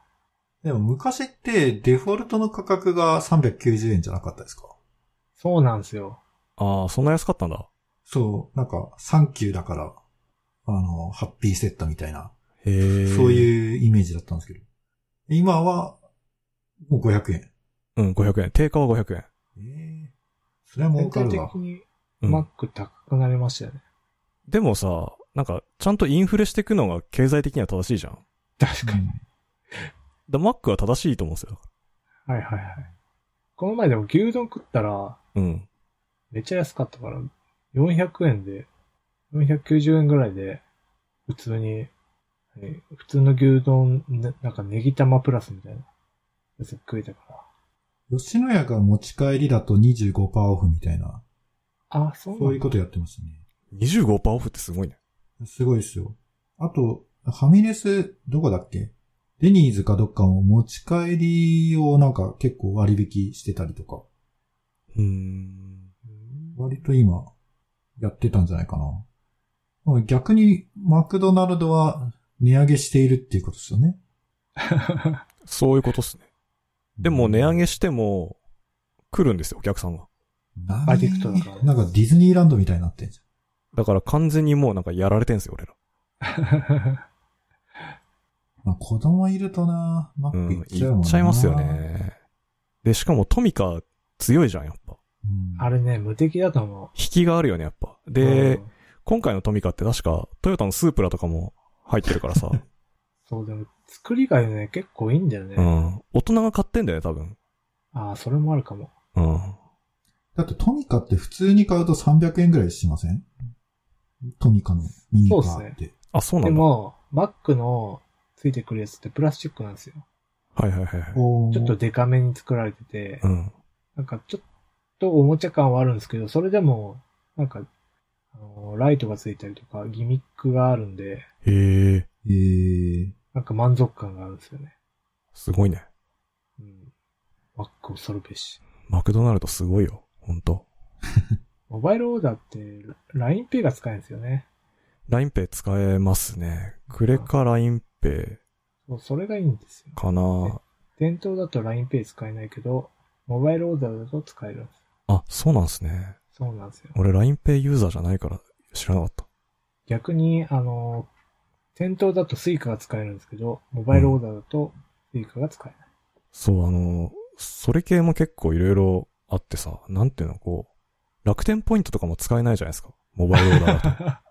[SPEAKER 2] でも昔ってデフォルトの価格が390円じゃなかったですか
[SPEAKER 1] あ。そうなんですよ。
[SPEAKER 3] ああ、そんな安かったんだ。
[SPEAKER 2] そう、なんか、サンキューだから、あの、ハッピーセットみたいな、
[SPEAKER 3] へえ。
[SPEAKER 2] そう
[SPEAKER 3] う。
[SPEAKER 2] いうイメージだったんですけど。今は、もう500円。
[SPEAKER 3] うん、500円。定価は500円。
[SPEAKER 2] ええそれは儲
[SPEAKER 1] 全
[SPEAKER 2] か
[SPEAKER 1] 体
[SPEAKER 2] る
[SPEAKER 1] 的
[SPEAKER 2] わ。
[SPEAKER 1] に
[SPEAKER 3] うん
[SPEAKER 1] マック高くなりましたよね。
[SPEAKER 3] でもさ、なんか、ちゃんとインフレしていくのが経済的には正しいじゃん。
[SPEAKER 1] 確かに。
[SPEAKER 3] だマックは正しいと思うんですよ。
[SPEAKER 1] はいはいはい。この前でも牛丼食ったら、
[SPEAKER 3] うん。
[SPEAKER 1] めっちゃ安かったから、400円で、490円ぐらいで、普通に、え普通の牛丼、ねなんかネギ玉プラスみたいなやつ食えたから、
[SPEAKER 2] え吉野家が持ち帰りだと25%オフみたいな、
[SPEAKER 1] あ、そう
[SPEAKER 2] そう
[SPEAKER 1] ないん
[SPEAKER 2] う
[SPEAKER 1] だ。
[SPEAKER 2] ことやってますね。
[SPEAKER 3] 25%オフってすごいね。
[SPEAKER 2] すごいですよ。あと、ファミレス、どこだっけデニーズかどっかも持ち帰りをなんか結構割引してたりとか、
[SPEAKER 3] うーん。
[SPEAKER 2] 割と今、やってたんじゃないかな。逆に、マクドナルドは値上げしているっていうことですよね。
[SPEAKER 3] そういうことっすね。でも値上げしても、来るんですよ、お客さんは。
[SPEAKER 2] な
[SPEAKER 1] アディクトだから
[SPEAKER 2] なんかディズニーランドみたいになってんじ
[SPEAKER 3] だから完全にもうなんかやられてんすよ、俺ら。
[SPEAKER 2] ゃん。まあ子供いるとな、マッ
[SPEAKER 3] う
[SPEAKER 2] ク
[SPEAKER 3] ん
[SPEAKER 2] 行っ、ちゃうもん
[SPEAKER 3] 行
[SPEAKER 2] な。
[SPEAKER 3] っちゃいますよ。ね。で、しかもトミカ強いじゃん、やっぱ。
[SPEAKER 2] うん、
[SPEAKER 1] あれね、無敵だと思
[SPEAKER 3] 引きがあるよね、やっぱ。
[SPEAKER 1] う。う
[SPEAKER 3] で、
[SPEAKER 1] ん
[SPEAKER 3] 今回のトミカって確かトヨタのスープラとかも入ってるから さ。
[SPEAKER 1] そう、でも、作りがね、結構いいんだよね。
[SPEAKER 3] うん。大人が買ってんだよね、多分。
[SPEAKER 1] ああ、それもあるかも。
[SPEAKER 3] うん。
[SPEAKER 2] だってトミカって普通に買うと300円ぐらいしませんトミカのミニカ
[SPEAKER 1] そう
[SPEAKER 2] ー
[SPEAKER 1] っ
[SPEAKER 2] っ
[SPEAKER 1] す
[SPEAKER 2] て。
[SPEAKER 3] あ、そうな
[SPEAKER 1] で
[SPEAKER 3] んだ。
[SPEAKER 1] も、バッグのついてくるやつってプラスチックなんですよ。
[SPEAKER 3] はいはいはいはい。
[SPEAKER 2] おー
[SPEAKER 1] ちょっとデカめに作られてて、
[SPEAKER 3] うん。
[SPEAKER 1] なんかちょっとおもちゃ感はあるんですけど、それでも、なんか、あのライトがついたりとか、ギミックがあるんで、
[SPEAKER 3] へえ、
[SPEAKER 2] えー、
[SPEAKER 1] なんか満足感があるんですよね。
[SPEAKER 3] すごいね。
[SPEAKER 1] うん。バッグ恐るべし。
[SPEAKER 3] マクドナルドすごいよ、ほんと。
[SPEAKER 1] モバイルオーダーって、LINEPay が使えるんですよね。
[SPEAKER 3] ラインペイ使えますね。クレカラインペ
[SPEAKER 1] そうそれがいいんですよ
[SPEAKER 3] イ。かな。
[SPEAKER 1] 店頭だと LINEPay 使えないけど、モバイルオーダーだと使えるんです。
[SPEAKER 3] あ、そうなんすね。
[SPEAKER 1] そうなんですよ。
[SPEAKER 3] 俺ラインペイユーザーじゃないから知らなかった。
[SPEAKER 1] 逆に、あの、店頭だと Suica が使えるんですけど、モバイルオーダーだと Suica が使えない。
[SPEAKER 3] そう、あの、それ系も結構いろいろあってさ、なんていうの、こう、楽天ポイントとかも使えないじゃないですか。モバイルオーダー だ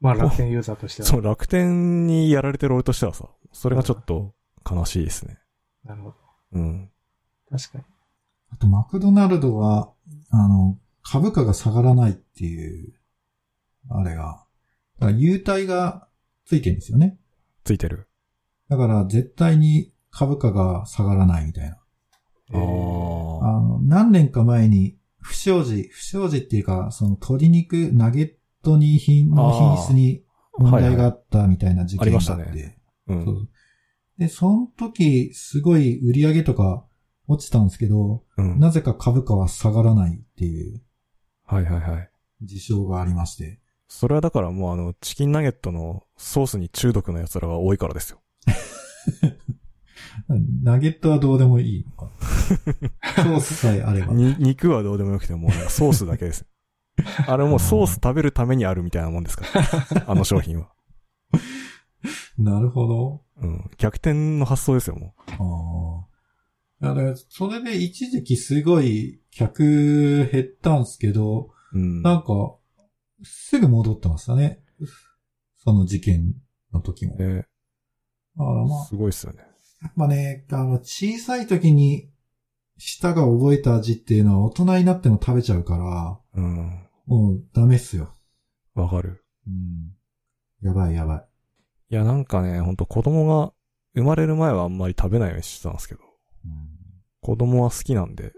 [SPEAKER 1] まあ楽天ユーザーとして
[SPEAKER 3] と。
[SPEAKER 1] は。
[SPEAKER 3] そう、楽天にやられてる俺としてはさ、それがちょっと悲しいですね。
[SPEAKER 1] なるほど。
[SPEAKER 3] うん。
[SPEAKER 1] 確かに。
[SPEAKER 2] あとマクドナルドは、あの、株価が下がらないっていう、あれが、だから優待がついてるんですよね。
[SPEAKER 3] ついてる。
[SPEAKER 2] だから絶対に株価が下がらないみたいな。
[SPEAKER 1] えー
[SPEAKER 2] あの、何年か前に、不祥事、不祥事っていうか、その鶏肉、ナゲットに品、の品質に問題があったみたいな事件があって。
[SPEAKER 3] はいはいありまう
[SPEAKER 2] そ
[SPEAKER 3] ん。
[SPEAKER 2] うで、その時、すごい売り上げとか落ちたんですけど、
[SPEAKER 3] うん。
[SPEAKER 2] なぜか株価は下がらないっていう
[SPEAKER 3] はいはいはい。
[SPEAKER 2] 事象がありまして。
[SPEAKER 3] それはだからもうあの、チキンナゲットのソースに中毒の奴らが多いからですよ。
[SPEAKER 2] ナゲットはどうでもいいの か。ソースさえあれば。
[SPEAKER 3] に、肉はどうでもよくても、なんかソースだ けです。あれもうソース食べるためにあるみたいなもんで すから。あの商品は。
[SPEAKER 2] なるほど。
[SPEAKER 3] うん。逆転の発想ですよ、もう。
[SPEAKER 2] ああ。だから、それで一時期すごい客減ったんすけど、
[SPEAKER 3] うん。
[SPEAKER 2] なんか、すぐ戻ってましたね。その事件の時も。だ
[SPEAKER 3] ね、
[SPEAKER 2] からまあ、
[SPEAKER 3] すごいっすよね。
[SPEAKER 2] まあね、あの、小さい時に舌が覚えた味っていうのは大人になっても食べちゃうから、
[SPEAKER 3] うん。
[SPEAKER 2] もうダメっすよ。
[SPEAKER 3] わかる。
[SPEAKER 2] うん。やばいやばい。
[SPEAKER 3] いや、なんかね、ほんと子供が生まれる前はあんまり食べないようにしてたんですけど、子供は好きなんで、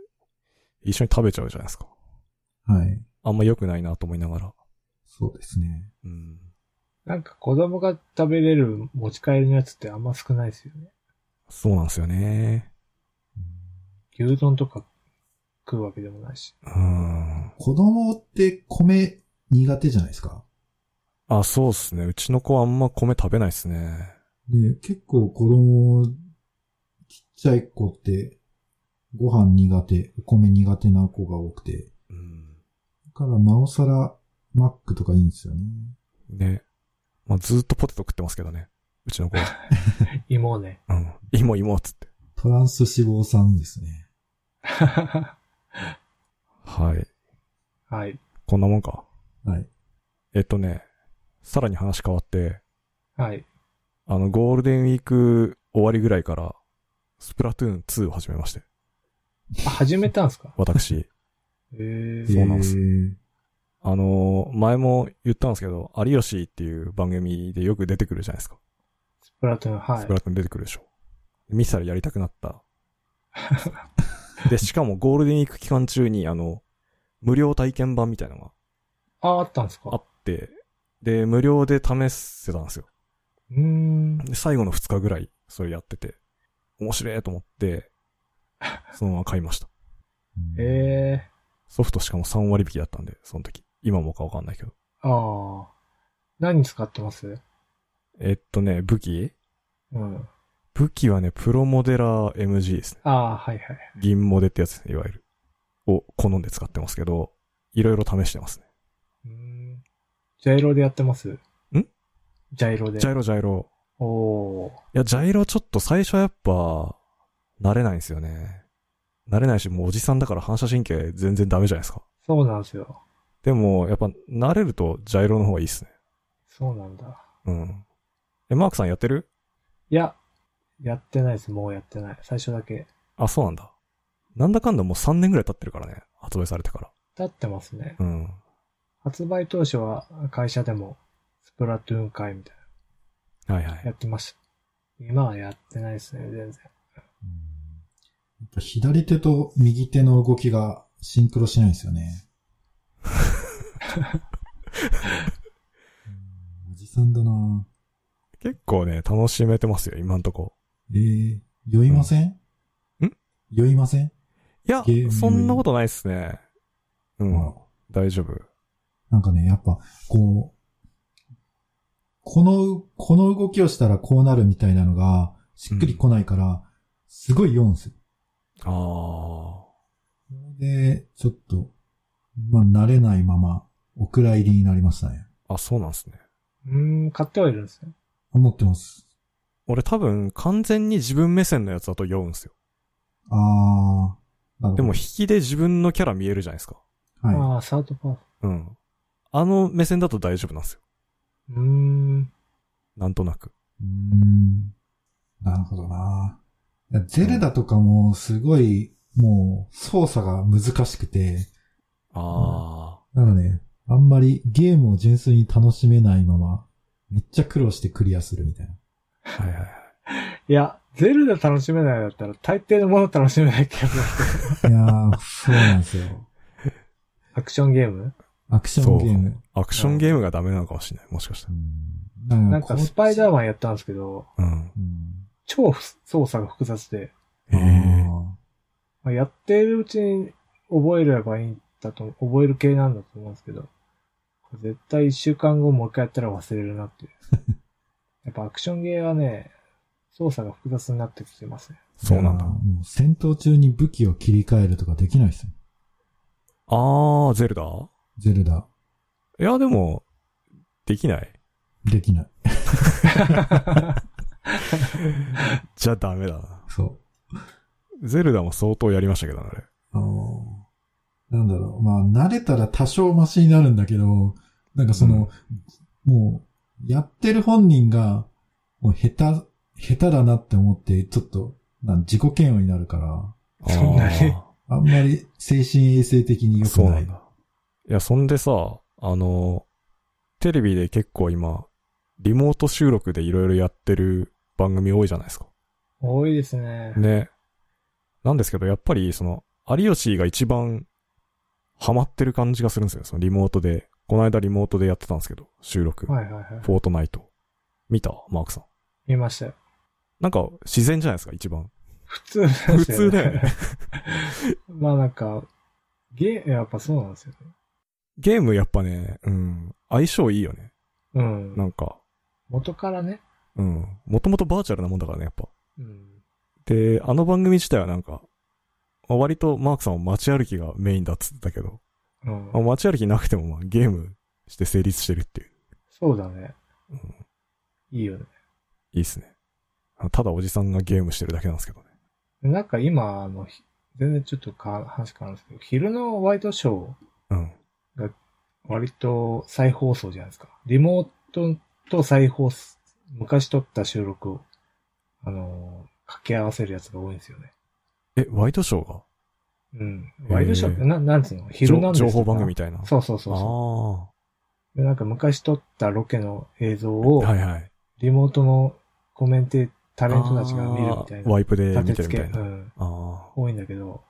[SPEAKER 3] 一緒に食べちゃうじゃないですか。
[SPEAKER 2] うん、はい。
[SPEAKER 3] あんま良くないなと思いながら。
[SPEAKER 2] そうですね。
[SPEAKER 3] うん。
[SPEAKER 1] なんか子供が食べれる持ち帰りのやつってあんま少ないですよね。
[SPEAKER 3] そうなんですよね。
[SPEAKER 2] うん
[SPEAKER 1] 牛丼とか食うわけでもないし。
[SPEAKER 3] うん。
[SPEAKER 2] 子供って米苦手じゃないですか。
[SPEAKER 3] あ、そうっすね。うちの子はあんま米食べないっすね。
[SPEAKER 2] で、結構子供、ちっちゃい子って、ご飯苦手、お米苦手な子が多くて。
[SPEAKER 3] うん。
[SPEAKER 2] だからなおさら、マックとかいいんですよね。
[SPEAKER 3] ね。まあ、ずーっとポテト食ってますけどね。うちの子は。
[SPEAKER 1] 芋を ね。
[SPEAKER 3] うん。 芋芋っつって。
[SPEAKER 2] トランス脂肪酸ですね。
[SPEAKER 3] はい。
[SPEAKER 1] はい。
[SPEAKER 3] こんなもんか。
[SPEAKER 2] はい。
[SPEAKER 3] えっとね、さらに話変わって、
[SPEAKER 1] はい。
[SPEAKER 3] あの、ゴールデンウィーク終わりぐらいから、スプラトゥーン2を始めまして。
[SPEAKER 1] あ、始めたんすか
[SPEAKER 3] 私。
[SPEAKER 1] えー、
[SPEAKER 3] そうなんです
[SPEAKER 2] えー
[SPEAKER 3] あのー前も言ったんですけど、有吉っていう番組でよく出てくるじゃないですか。
[SPEAKER 1] スプラトゥーン、は
[SPEAKER 3] スプ
[SPEAKER 1] い
[SPEAKER 3] ラトゥーン出てくるでしょ。ミサルやりたくなった。で、しかもゴールデンウィーク期間中に、あの、無料体験版みたいなのが
[SPEAKER 1] ああ、あったんです
[SPEAKER 3] あ
[SPEAKER 1] か
[SPEAKER 3] って、で、無料で試せたんですよ。
[SPEAKER 1] うーん。
[SPEAKER 3] で、最後の2日ぐらい、それやってて、面白いと思って、そのまま買いました。
[SPEAKER 1] え
[SPEAKER 2] え
[SPEAKER 1] え
[SPEAKER 3] ソフトしかも3割引きだったんで、その時。今もかわかんないけど。
[SPEAKER 1] ああ。何使ってます
[SPEAKER 3] えっとね、武器
[SPEAKER 1] うん。
[SPEAKER 3] 武器はね、プロモデラー MG ですね。
[SPEAKER 1] ああ、はいはい。
[SPEAKER 3] 銀モデってやつ、いわゆる。を好んで使ってますけど、いろいろ試してますね。
[SPEAKER 1] うーん。ジャイロでやってますんジャイロで。
[SPEAKER 3] ジャイロジャイロ。
[SPEAKER 1] おお
[SPEAKER 3] いや、ジャイロちょっと最初はやっぱ、慣れないんですよね。慣れないし、もうおじさんだから反射神経全然ダメじゃないですか。
[SPEAKER 1] ー。そうなんですよ。
[SPEAKER 3] でも、やっぱ慣れるとジャイロの方がいいっすね。
[SPEAKER 1] そうなんだ。
[SPEAKER 3] うん。え、マークさんやってる
[SPEAKER 1] いや、やってないです。もうやってない。最初だけ。
[SPEAKER 3] あ、そうなんだ。なんだかんだもう3年ぐらい経ってるからね。発売されてか
[SPEAKER 1] 経ってますね。
[SPEAKER 3] ら。うん。
[SPEAKER 1] 発売当初は会社でもスプラトゥーン会みたい
[SPEAKER 3] はいは
[SPEAKER 1] なのや
[SPEAKER 3] い。
[SPEAKER 1] ってました。今はやってないですね、全然。
[SPEAKER 2] やっぱ左手と右手の動きがシンクロしないんですよ ね。うんおじさんだな
[SPEAKER 3] 結構ね、楽しめてますよ、今んとこ。
[SPEAKER 2] えー、酔いません、
[SPEAKER 3] うんん
[SPEAKER 2] 酔いません、
[SPEAKER 3] いや
[SPEAKER 2] ゲーム、
[SPEAKER 3] そんなことないっすね。う
[SPEAKER 2] ほら
[SPEAKER 3] ん。大丈夫。
[SPEAKER 2] なんかね、やっぱ、こう、この、この動きをしたらこうなるみたいなのが、しっくりこないから、すごい酔うんですよ。
[SPEAKER 3] あ
[SPEAKER 2] それで、ちょっと、まあ、慣れないまま、お蔵入りになりましたね。
[SPEAKER 3] ー。あ、そうなんですね。
[SPEAKER 1] うーん、買ってはいるんですね。
[SPEAKER 2] あ持ってます。
[SPEAKER 3] 俺多分完全に自分目線のやつだと酔うんすよ。
[SPEAKER 2] あー、なるほど
[SPEAKER 3] でも引きで自分のキャラ見えるじゃないですか。
[SPEAKER 2] は
[SPEAKER 1] ああ、サードパート。
[SPEAKER 3] うん。あの目線だと大丈夫なんですよ。
[SPEAKER 1] うーん。
[SPEAKER 3] なんとなく。
[SPEAKER 2] い。うーん。なるほどな。いやゼルダとかも、すごい、もう、操作が難しくて、
[SPEAKER 3] あ
[SPEAKER 2] なんかね、あんまりゲームを純粋に楽しめないまま、めっちゃ苦労してクリアするみたいな。
[SPEAKER 3] あ。はいはいはい。
[SPEAKER 1] いや、ゼルダ楽しめないだったら大抵のもの楽しめない気がする。
[SPEAKER 2] いやー、そうなんですよ。
[SPEAKER 1] アクションゲーム
[SPEAKER 2] アクションゲーム。
[SPEAKER 3] アクションゲームがダメなのかもしれない。もしかしたら。
[SPEAKER 2] うん
[SPEAKER 1] なんかスパイダ
[SPEAKER 2] ー、
[SPEAKER 1] ーマンやったんですけど、
[SPEAKER 3] うん。
[SPEAKER 2] うん
[SPEAKER 1] 超操作が複雑で、
[SPEAKER 3] へえ。
[SPEAKER 1] まあやってるうちに覚えればいいんだと、覚える系なんだと思うんですけど、これ絶対一週間後もう一回やったら忘れるな っていう。やっぱアクションゲーはね、操作が複雑になってきてますね。
[SPEAKER 3] そうなん
[SPEAKER 2] い
[SPEAKER 3] だ
[SPEAKER 2] やー。もう戦闘中に武器を切り替えるとかできないですよ。
[SPEAKER 3] あー、ゼルダ
[SPEAKER 2] ゼルダ、
[SPEAKER 3] いや、でも、できない。
[SPEAKER 2] できない。
[SPEAKER 3] じゃダメだな。
[SPEAKER 2] そ
[SPEAKER 3] ゼルダも相当やりましたけどね、あれ。
[SPEAKER 2] う。あのーなんだろう。まあ、慣れたら多少マシになるんだけど、なんかその、もう、やってる本人が、もう下手、下手だなって思って、ちょっと、なん自己嫌悪になるから、
[SPEAKER 1] そんなに
[SPEAKER 3] あ
[SPEAKER 2] あんまり精神衛生的に
[SPEAKER 3] ー
[SPEAKER 2] 良く
[SPEAKER 3] そう
[SPEAKER 2] な。
[SPEAKER 3] ないんだ。いや、そんでさ、あの、テレビで結構今、リモート収録でいろいろやってる番組多いじゃないですか。
[SPEAKER 1] 多いですね。
[SPEAKER 3] ね。なんですけど、やっぱり、その、有吉が一番、ハマってる感じがするんですよ。そのリモートで。この間リモートでやってたんですけど、収録。
[SPEAKER 1] はいはいはい。
[SPEAKER 3] フォートナイト。見たマークさん。
[SPEAKER 1] 見ましたよ。
[SPEAKER 3] なんか、自然じゃないですか、一番。
[SPEAKER 1] 普通なんですよ、
[SPEAKER 3] 普通だよね。
[SPEAKER 1] まあなんか、ゲーム、やっぱそうなんですよね。
[SPEAKER 3] ゲームやっぱね、うん、相性いいよね。
[SPEAKER 1] うん。
[SPEAKER 3] なんか、
[SPEAKER 1] 元からね。
[SPEAKER 3] うん。もともとバーチャルなもんだからね、やっぱ。
[SPEAKER 1] うん。
[SPEAKER 3] で、あの番組自体はなんか、まあ割とマークさんは街歩きがメインだっつってたけど、
[SPEAKER 1] うん
[SPEAKER 3] まあ、街歩きなくてもまあゲームして成立してるっていう。
[SPEAKER 1] そうだね。
[SPEAKER 3] うん、
[SPEAKER 1] いいよね。
[SPEAKER 3] いいっすね。あただおじさんがゲームしてるだけなんですけどね。
[SPEAKER 1] なんか今、あの、ひ全然ちょっとか話変わるんですけど、昼のワイドショー、
[SPEAKER 3] うん。
[SPEAKER 1] 割と再放送じゃないですか。リモートと再放送、昔撮った収録を、あのー、掛け合わせるやつが多いんですよね。
[SPEAKER 3] え、ワイドショーが
[SPEAKER 1] うん。
[SPEAKER 3] へー
[SPEAKER 1] ワイドショーって、ななんつうの昼なんです
[SPEAKER 3] 情報番組みたいな。
[SPEAKER 1] そうそうそうそ
[SPEAKER 3] あ
[SPEAKER 1] うで。なんか昔撮ったロケの映像
[SPEAKER 3] あ。
[SPEAKER 1] を、
[SPEAKER 3] はいはい。
[SPEAKER 1] リモートのコメンテタレントたちが見るみたい
[SPEAKER 3] あー
[SPEAKER 1] な。
[SPEAKER 3] ワイプで
[SPEAKER 1] 立
[SPEAKER 3] 見て
[SPEAKER 1] て
[SPEAKER 3] る
[SPEAKER 1] 付
[SPEAKER 3] み
[SPEAKER 1] け、
[SPEAKER 3] たいな。
[SPEAKER 1] う
[SPEAKER 3] あ
[SPEAKER 1] ん、
[SPEAKER 3] あ
[SPEAKER 1] 多いんだけど、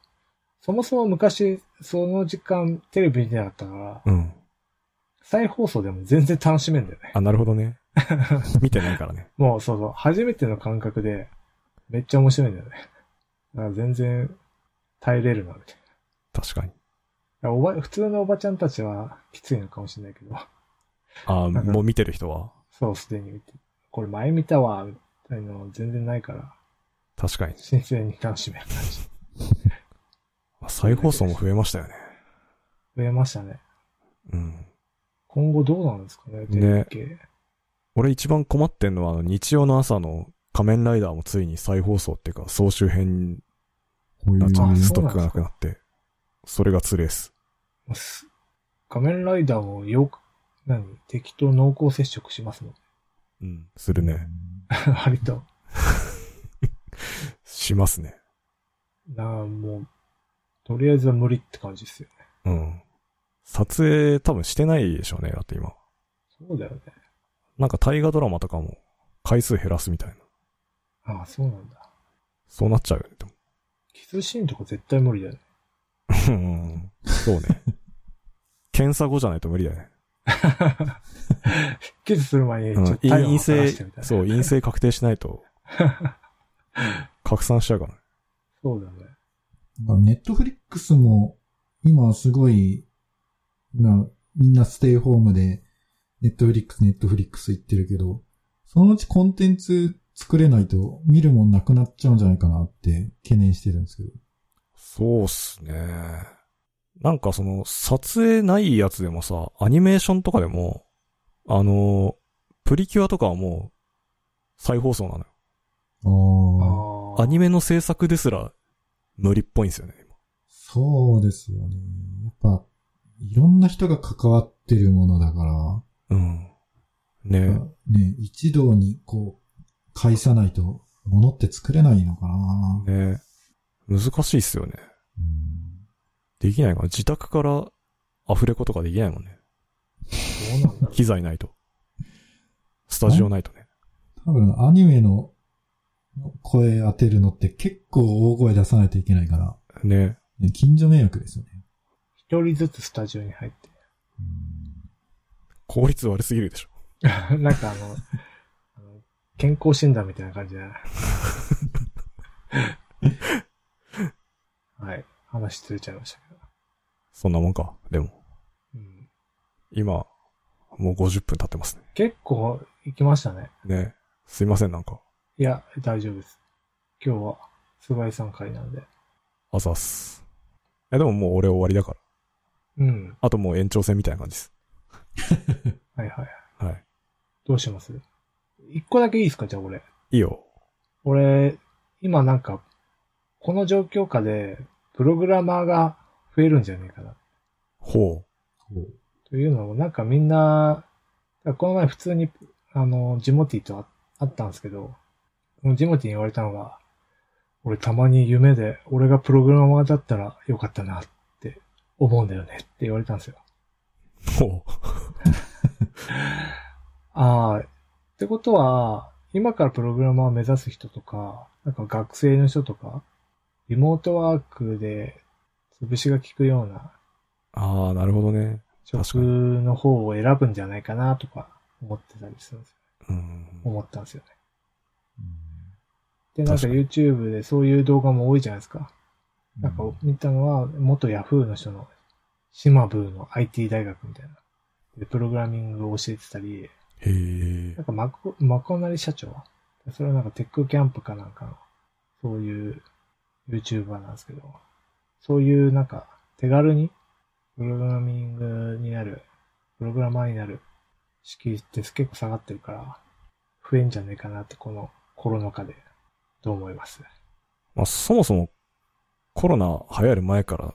[SPEAKER 1] そもそも昔、その時間テレビ見てなかったから、
[SPEAKER 3] ー。うん。
[SPEAKER 1] 再放送でも全然楽しめんだよね。
[SPEAKER 3] あ、なるほどね。 見てないからね。
[SPEAKER 1] もうそうそう、初めての感覚で、めっちゃ面白いんだよね。だから全然耐えれるな、みたいな。
[SPEAKER 3] 確かに。
[SPEAKER 1] いやおば、普通のおばちゃんたちはきついのかもしれないけど、
[SPEAKER 3] ああ、
[SPEAKER 1] なんか
[SPEAKER 3] もう見てる人は
[SPEAKER 1] そう、すでに見て。これ前見たわ、みたいなの全然ないから、
[SPEAKER 3] 確かに。
[SPEAKER 1] 新鮮に楽しめる感じ。
[SPEAKER 3] あ再放送も増えましたよね。
[SPEAKER 1] 増えましたね。
[SPEAKER 3] うん。
[SPEAKER 1] 今後どうなんですかね、テレビ系。
[SPEAKER 3] 俺一番困ってんのは、あの日曜の朝の仮面ライダーもついに再放送っていうか、総集編
[SPEAKER 2] こういう
[SPEAKER 3] なっちゃう
[SPEAKER 1] あ
[SPEAKER 3] ス
[SPEAKER 1] そ
[SPEAKER 3] ト
[SPEAKER 1] う
[SPEAKER 3] ッ
[SPEAKER 1] なんですか
[SPEAKER 3] クがなくなって。それがつれです。
[SPEAKER 1] もうす仮面ライダーもよく、何敵と濃厚接触しますもん。
[SPEAKER 3] うん。するね。
[SPEAKER 1] 割と。
[SPEAKER 3] しますね。
[SPEAKER 1] なあ、もう、とりあえずは無理って感じですよね。
[SPEAKER 3] うん。撮影多分してないでしょうね、だって今。
[SPEAKER 1] そうだよね。
[SPEAKER 3] なんか大河ドラマとかも回数減らすみたいな。
[SPEAKER 1] ああ、そうなんだ。
[SPEAKER 3] そうなっちゃうよね、でも
[SPEAKER 1] キスシーンとか絶対無理だよね。
[SPEAKER 3] うん。そう ね。検査後じゃないと無理だよね。
[SPEAKER 1] キスする前にち
[SPEAKER 3] う
[SPEAKER 1] ょ
[SPEAKER 3] ん
[SPEAKER 1] っと体温を
[SPEAKER 3] 陰
[SPEAKER 1] 測ら
[SPEAKER 3] 性
[SPEAKER 1] してみたい、な。
[SPEAKER 3] そう、陰性確定しな いと、拡散しちゃうからね。
[SPEAKER 1] そうだね。
[SPEAKER 2] ネットフリックスも、今すごい、な、みんなステイホームで、ネットフリックス、ネットフリックス言ってるけど、そのうちコンテンツ作れないと、見るもんなくなっちゃうんじゃないかなって、懸念してるんですけど。
[SPEAKER 3] そうっすね。なんかその、撮影ないやつでもさ、アニメーションとかでも、あの、プリキュアとかはもう、再放送なのよ。
[SPEAKER 2] ああ、
[SPEAKER 1] ああ。
[SPEAKER 3] アニメの制作ですら、無理っぽいんですよね、今
[SPEAKER 2] そうですよね。やっぱ、いろんな人が関わってるものだから、
[SPEAKER 3] うん。ね
[SPEAKER 2] ね、一堂にこう、返さないと、ものって作れないのかな、
[SPEAKER 3] ね難しいっすよね。
[SPEAKER 2] うん
[SPEAKER 3] できないかな。自宅からアフレコとかできないもんね。
[SPEAKER 1] そうなんだ。
[SPEAKER 3] 機材ないと。スタジオないとね。
[SPEAKER 2] 多分アニメの声当てるのって結構大声出さないといけないから、
[SPEAKER 3] ね
[SPEAKER 2] ね近所迷惑ですよね。
[SPEAKER 1] 一人ずつスタジオに入って。
[SPEAKER 3] 効率悪すぎるでしょ。
[SPEAKER 1] なんかあの、あの健康診断みたいな感じ だな。はい。話ずれちゃいましたけど。
[SPEAKER 3] そんなもんか。でも、
[SPEAKER 1] うん、
[SPEAKER 3] 今、もう50分経ってますね。
[SPEAKER 1] 結構行きましたね。
[SPEAKER 3] ねすいません、なんか。
[SPEAKER 1] いや、大丈夫です。今日は、菅井さん会なんで。
[SPEAKER 3] あざっす。いや、でももう俺終わりだから。
[SPEAKER 1] うん。
[SPEAKER 3] あともう延長戦みたいな感じです。
[SPEAKER 1] はいはい。
[SPEAKER 3] はい。
[SPEAKER 1] どうします一個だけいいですかじゃあ俺。
[SPEAKER 3] いいよ。
[SPEAKER 1] 俺、今なんか、この状況下で、プログラマーが増えるんじゃねえかな。
[SPEAKER 3] ほ
[SPEAKER 2] こう
[SPEAKER 1] というのも、なんかみんな、この前普通に、あの、ジモティとあ会ったんですけど、ジモティに言われたのが、俺たまに夢で、俺がプログラマーだったらよかったなって思うんだよねって言われたんですよ。
[SPEAKER 3] う。ほう。
[SPEAKER 1] ああ、ってことは、今からプログラマーを目指す人とか、なんか学生の人とか、リモートワークで潰しが効くような
[SPEAKER 3] ああ、なるほどね。
[SPEAKER 1] 職の方を選ぶんじゃないかなとか思ってたりするんですよ。
[SPEAKER 3] うん。
[SPEAKER 1] 思ったんですよね。
[SPEAKER 2] う
[SPEAKER 1] で、なんか
[SPEAKER 3] 確かに
[SPEAKER 1] YouTube でそういう動画も多いじゃないですか。
[SPEAKER 2] ん
[SPEAKER 1] なんか見たのは、元 Yahoo の人の、シマブーの IT 大学みたいな。で、プログラミングを教えてたり、
[SPEAKER 3] へえ
[SPEAKER 1] な。んかマコ、マコナリ社長は、それはなんかテックキャンプかなんかの、そういう YouTuber なんですけど、そういうなんか手軽にプログラミングになる、プログラマーになる敷居って結構下がってるから、増えんじゃねえかなってこのコロナ禍で、どう思います
[SPEAKER 3] まあ、そもそも、コロナ流行る前から、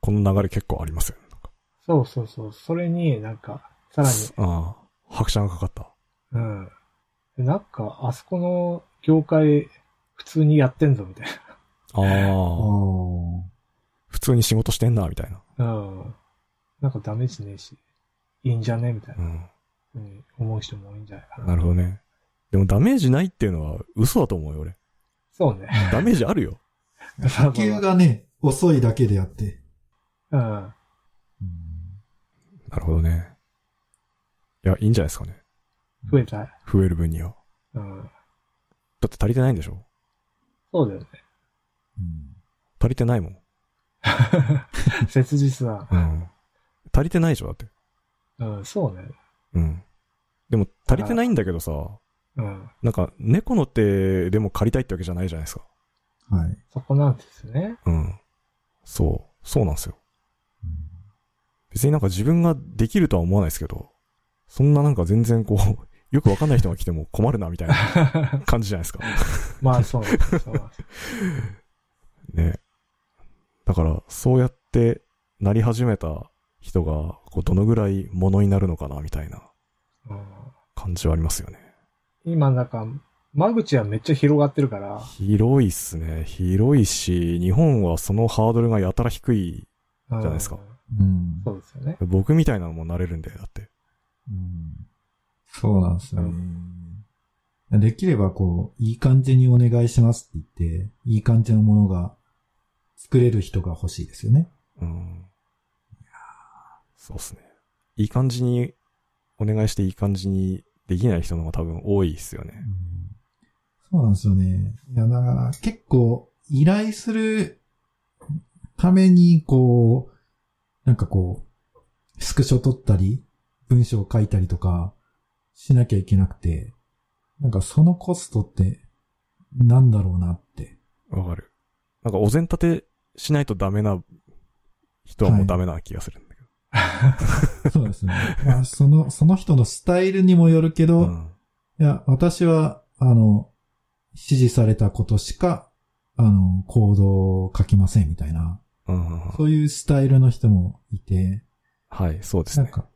[SPEAKER 3] この流れ結構ありますよね。なんか
[SPEAKER 1] そうそうそう、それになんか、さらに、
[SPEAKER 3] ああ、拍車がかかった。
[SPEAKER 1] うん。でなんか、あそこの業界、普通にやってんぞみたい
[SPEAKER 3] あ
[SPEAKER 2] あ
[SPEAKER 3] あ、
[SPEAKER 2] ー
[SPEAKER 3] 普通に仕事してんな、みたいな。
[SPEAKER 1] な。 うん。なんかダメージねえし、いいんじゃねみたいな。
[SPEAKER 3] うん。
[SPEAKER 1] うん思う人も多いんじゃないかな。
[SPEAKER 3] なるほどね。でもダメージないっていうのは嘘だと思うよ、 俺。
[SPEAKER 1] そうね。
[SPEAKER 3] ダメージあるよ。
[SPEAKER 2] 波及がね、遅いだけであって。
[SPEAKER 1] うん。
[SPEAKER 3] なるほどね。いや、いいんじゃないですかね。
[SPEAKER 1] 増えた。
[SPEAKER 3] 増える分には。
[SPEAKER 1] うん。
[SPEAKER 3] だって足りてないんでしょ
[SPEAKER 1] そうだよね。
[SPEAKER 3] 足りてないもん。
[SPEAKER 1] 切実な。
[SPEAKER 3] うん。足りてないでしょだって。
[SPEAKER 1] うん、そうね。
[SPEAKER 3] うん。でも足りてないんだけどさ、
[SPEAKER 1] うん。
[SPEAKER 3] なんか猫の手でも借りたいってわけじゃないじゃないですか。
[SPEAKER 2] うんはい。
[SPEAKER 1] そこなんですね。
[SPEAKER 3] うん。そう。そうなんですよ。別になんか自分ができるとは思わないですけど、そんななんか全然こう、よくわかんない人が来ても困るなみたいな感じじゃないですか。
[SPEAKER 1] まあ、そうなんですよ。そう なんですよ
[SPEAKER 3] ね。だから、そうやってなり始めた人が、こう、どのぐらいものになるのかなみたいな
[SPEAKER 1] うん
[SPEAKER 3] 感じはありますよね。
[SPEAKER 1] 今、なんか、間口はめっちゃ広がってるから、
[SPEAKER 3] 広いっすね。広いし、日本はそのハードルがやたら低い。
[SPEAKER 1] うん
[SPEAKER 3] じゃないですか
[SPEAKER 2] うん
[SPEAKER 1] そうですよね。
[SPEAKER 3] 僕みたいなのもなれるんで、だって。
[SPEAKER 2] うんそうなんですよね。できればこう、いい感じにお願いしますって言って、いい感じのものが作れる人が欲しいですよね。
[SPEAKER 3] うん。そうっすね。いい感じに、お願いしていい感じにできない人の方が多分多いっすよ
[SPEAKER 2] う
[SPEAKER 3] ね。
[SPEAKER 2] んそうなんですよね。いや、だから結構依頼するためにこう、なんかこう、スクショ撮ったり、文章を書いたりとかしなきゃいけなくて、なんかそのコストってなんだろうなって。
[SPEAKER 3] わかる。なんかお膳立てしないとダメな人はもうダメな気がするんだけど。
[SPEAKER 2] そうですね。 まあ、その、その人のスタイルにもよるけど、
[SPEAKER 3] うん。
[SPEAKER 2] いや、私は、あの、指示されたことしか、あの、行動を書きませんみたいな、
[SPEAKER 3] うんうんうん
[SPEAKER 2] そういうスタイルの人もいて、
[SPEAKER 3] はい、そうです
[SPEAKER 2] なん
[SPEAKER 3] ね。
[SPEAKER 2] か、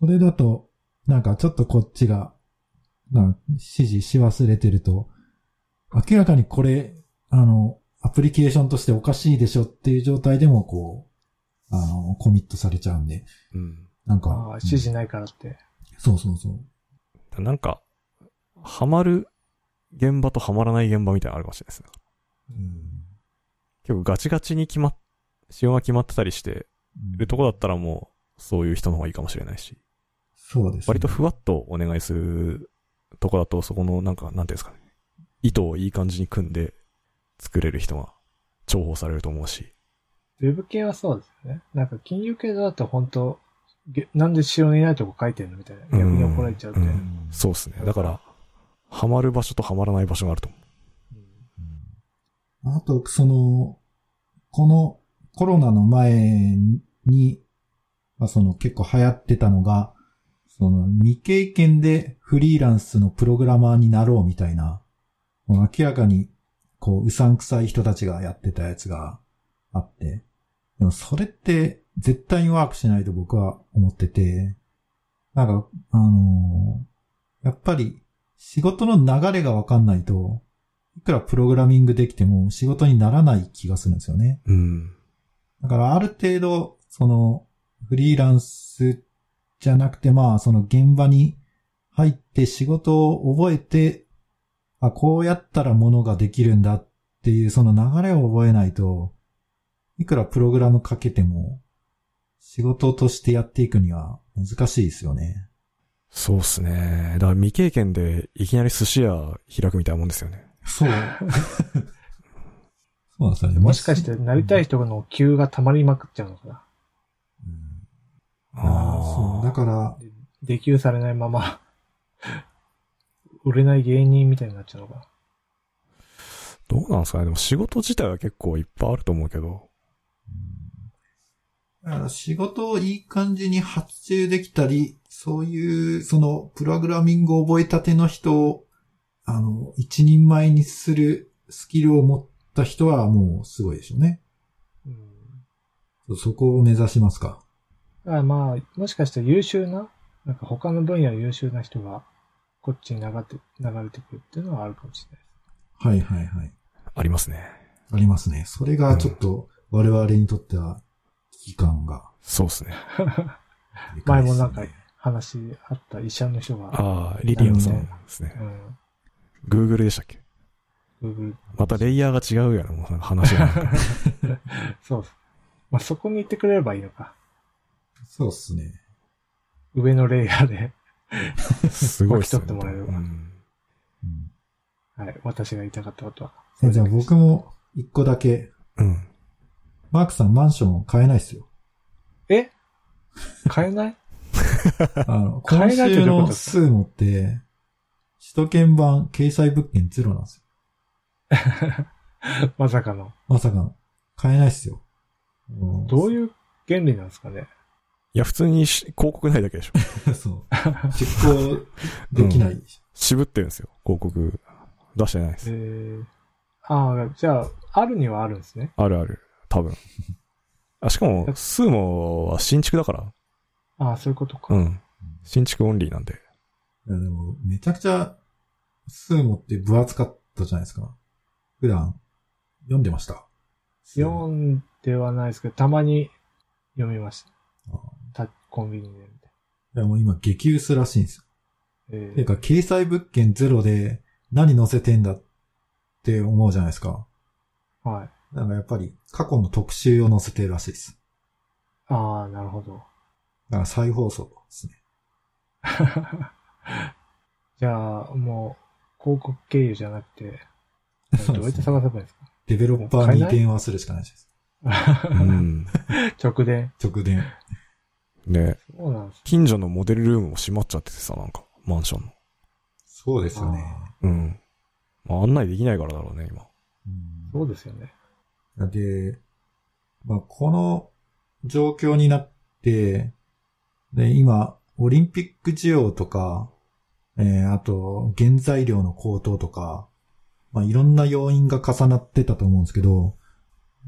[SPEAKER 2] それだと、なんかちょっとこっちが、なんか指示し忘れてると、明らかにこれ、あの、アプリケーションとしておかしいでしょっていう状態でも、こう、あの、コミットされちゃうんで、
[SPEAKER 3] うん。
[SPEAKER 2] なんか、
[SPEAKER 1] ああ、指示ないからって。
[SPEAKER 2] うんそうそうそう。
[SPEAKER 3] なんか、ハマる現場とハマらない現場みたいなのあるかもしれないですね。
[SPEAKER 2] うん
[SPEAKER 3] 結構ガチガチに決まっ、仕様が決まってたりしてるとこだったらもう、そういう人の方がいいかもしれないし。
[SPEAKER 2] そうです、ね。
[SPEAKER 3] 割とふわっとお願いするとこだと、そこのなんか、なんていうんですかね。糸をいい感じに組んで作れる人が重宝されると思うし。
[SPEAKER 1] ウェブ系はそうですよね。なんか、金融系だと本当げなんで仕様にないとこ書いてんのみたいな。逆に怒られちゃうって。
[SPEAKER 3] うん
[SPEAKER 1] うん
[SPEAKER 3] そうですね。だから、ハマる場所とハマらない場所があると思
[SPEAKER 2] あと、その、このコロナの前に、まあ、その結構流行ってたのが、その未経験でフリーランスのプログラマーになろうみたいな、もう明らかに、こう、うさんくさい人たちがやってたやつがあって、でもそれって絶対にワークしないと僕は思ってて、なんか、あのーやっぱり仕事の流れがわかんないと、いくらプログラミングできても仕事にならない気がするんですよね。
[SPEAKER 3] う。うん。
[SPEAKER 2] だからある程度、その、フリーランスじゃなくて、まあ、その現場に入って仕事を覚えて、あ、こうやったらものができるんだっていう、その流れを覚えないと、いくらプログラムかけても、仕事としてやっていくには難しいですよね。
[SPEAKER 3] そうですね。だから未経験でいきなり寿司屋開くみたいなもんですよね。
[SPEAKER 2] そう。 そうなんですよね。
[SPEAKER 1] もしかして、なりたい人の急が溜まりまくっちゃうのかな。
[SPEAKER 2] うん
[SPEAKER 3] ー
[SPEAKER 2] そう。だから、
[SPEAKER 1] で給されないまま、 売れない芸人みたいになっちゃうのかな。
[SPEAKER 3] どうなんですかねでも仕事自体は結構いっぱいあると思うけど。
[SPEAKER 2] だから仕事をいい感じに発注できたり、そういう、その、プログラミングを覚えたての人を、あの、一人前にするスキルを持った人はもうすごいでしょうね。
[SPEAKER 1] うん。
[SPEAKER 2] そこを目指しますか。
[SPEAKER 1] だからまあ、もしかしたら優秀な、なんか他の分野優秀な人が、こっちに流れて、流れてくるっていうのはあるかもしれない。
[SPEAKER 2] はいはいはい。
[SPEAKER 3] ありますね。
[SPEAKER 2] ありますね。それがちょっと、我々にとっては、危機感が
[SPEAKER 3] そうですね。
[SPEAKER 2] でか
[SPEAKER 1] 前
[SPEAKER 2] いですね、
[SPEAKER 1] もなんか話あった医者の人が、
[SPEAKER 3] ああ、リリアンさんですね。Google でしたっけ
[SPEAKER 1] うん、Google
[SPEAKER 3] またレイヤーが違うやろ、もうなんか話が。
[SPEAKER 1] そうです。まあ、そこに行ってくれればいいのか。
[SPEAKER 2] そうっすね。
[SPEAKER 1] 上のレイヤーで。
[SPEAKER 3] すごいっすよ
[SPEAKER 1] 巻き取ってもらえれば
[SPEAKER 3] うん
[SPEAKER 2] うん
[SPEAKER 1] はい。私が言いたかったことは。
[SPEAKER 2] えじゃあ僕も一個だけ、
[SPEAKER 3] うん。
[SPEAKER 2] マークさんマンションを買えないっすよ。
[SPEAKER 1] え買えない
[SPEAKER 2] あの、今
[SPEAKER 1] 買えないってどういう
[SPEAKER 2] 週
[SPEAKER 1] こと
[SPEAKER 2] の
[SPEAKER 1] です
[SPEAKER 2] 数もって、首都圏版掲載物件ゼロなんですよ。
[SPEAKER 1] まさかの。
[SPEAKER 2] まさかの。買えないっすよ。
[SPEAKER 1] どう
[SPEAKER 2] い
[SPEAKER 1] いう原理なんですかね
[SPEAKER 3] いや、普通にし広告ないだけでしょ。
[SPEAKER 2] う そう。実行できない。
[SPEAKER 3] 渋ってるんですよ、広告。出してないで
[SPEAKER 1] え
[SPEAKER 3] す。
[SPEAKER 1] ー、ああ、じゃあ、あるにはあるんですね。
[SPEAKER 3] あるある。多分。あ、し かも、スーモは新築だから。
[SPEAKER 1] ああ、そういうことか。
[SPEAKER 3] うん。新築オンリーなんで。
[SPEAKER 2] いやでも、めちゃくちゃ、数もって分厚かったじゃないですか。普段、読んでました。
[SPEAKER 1] 読んではないですけど、たまに読みまし
[SPEAKER 2] あー
[SPEAKER 1] た。たコンビニでみ
[SPEAKER 2] いやもう今、激薄らしいんですよ。
[SPEAKER 1] たいな。
[SPEAKER 2] て
[SPEAKER 1] え
[SPEAKER 2] いうか、掲載物件ゼロで何載せてんだって思うじゃないですか。
[SPEAKER 1] ー、はい。
[SPEAKER 2] なんかやっぱり過去の特集を載せてるらしいです。
[SPEAKER 1] ああ、なるほど。
[SPEAKER 2] だから再放送ですね。
[SPEAKER 1] じゃあ、もう、広告経由じゃなくて、どうやって探せばいいんですか
[SPEAKER 2] デベロッパーに電話するしかないです。
[SPEAKER 3] うん。
[SPEAKER 1] 直伝。
[SPEAKER 2] 直電。
[SPEAKER 3] ね
[SPEAKER 1] そうなんです。
[SPEAKER 3] 近所のモデルルームも閉まっちゃっててさ、なんか、マンションの。
[SPEAKER 2] そうですよね。
[SPEAKER 3] うん。まあ、案内できないからだろうね、今。
[SPEAKER 2] うん
[SPEAKER 1] そうですよね。
[SPEAKER 2] で、まあ、この状況になって、で、今、オリンピック需要とか、えーあと、原材料の高騰とか、まあ、いろんな要因が重なってたと思うんですけど、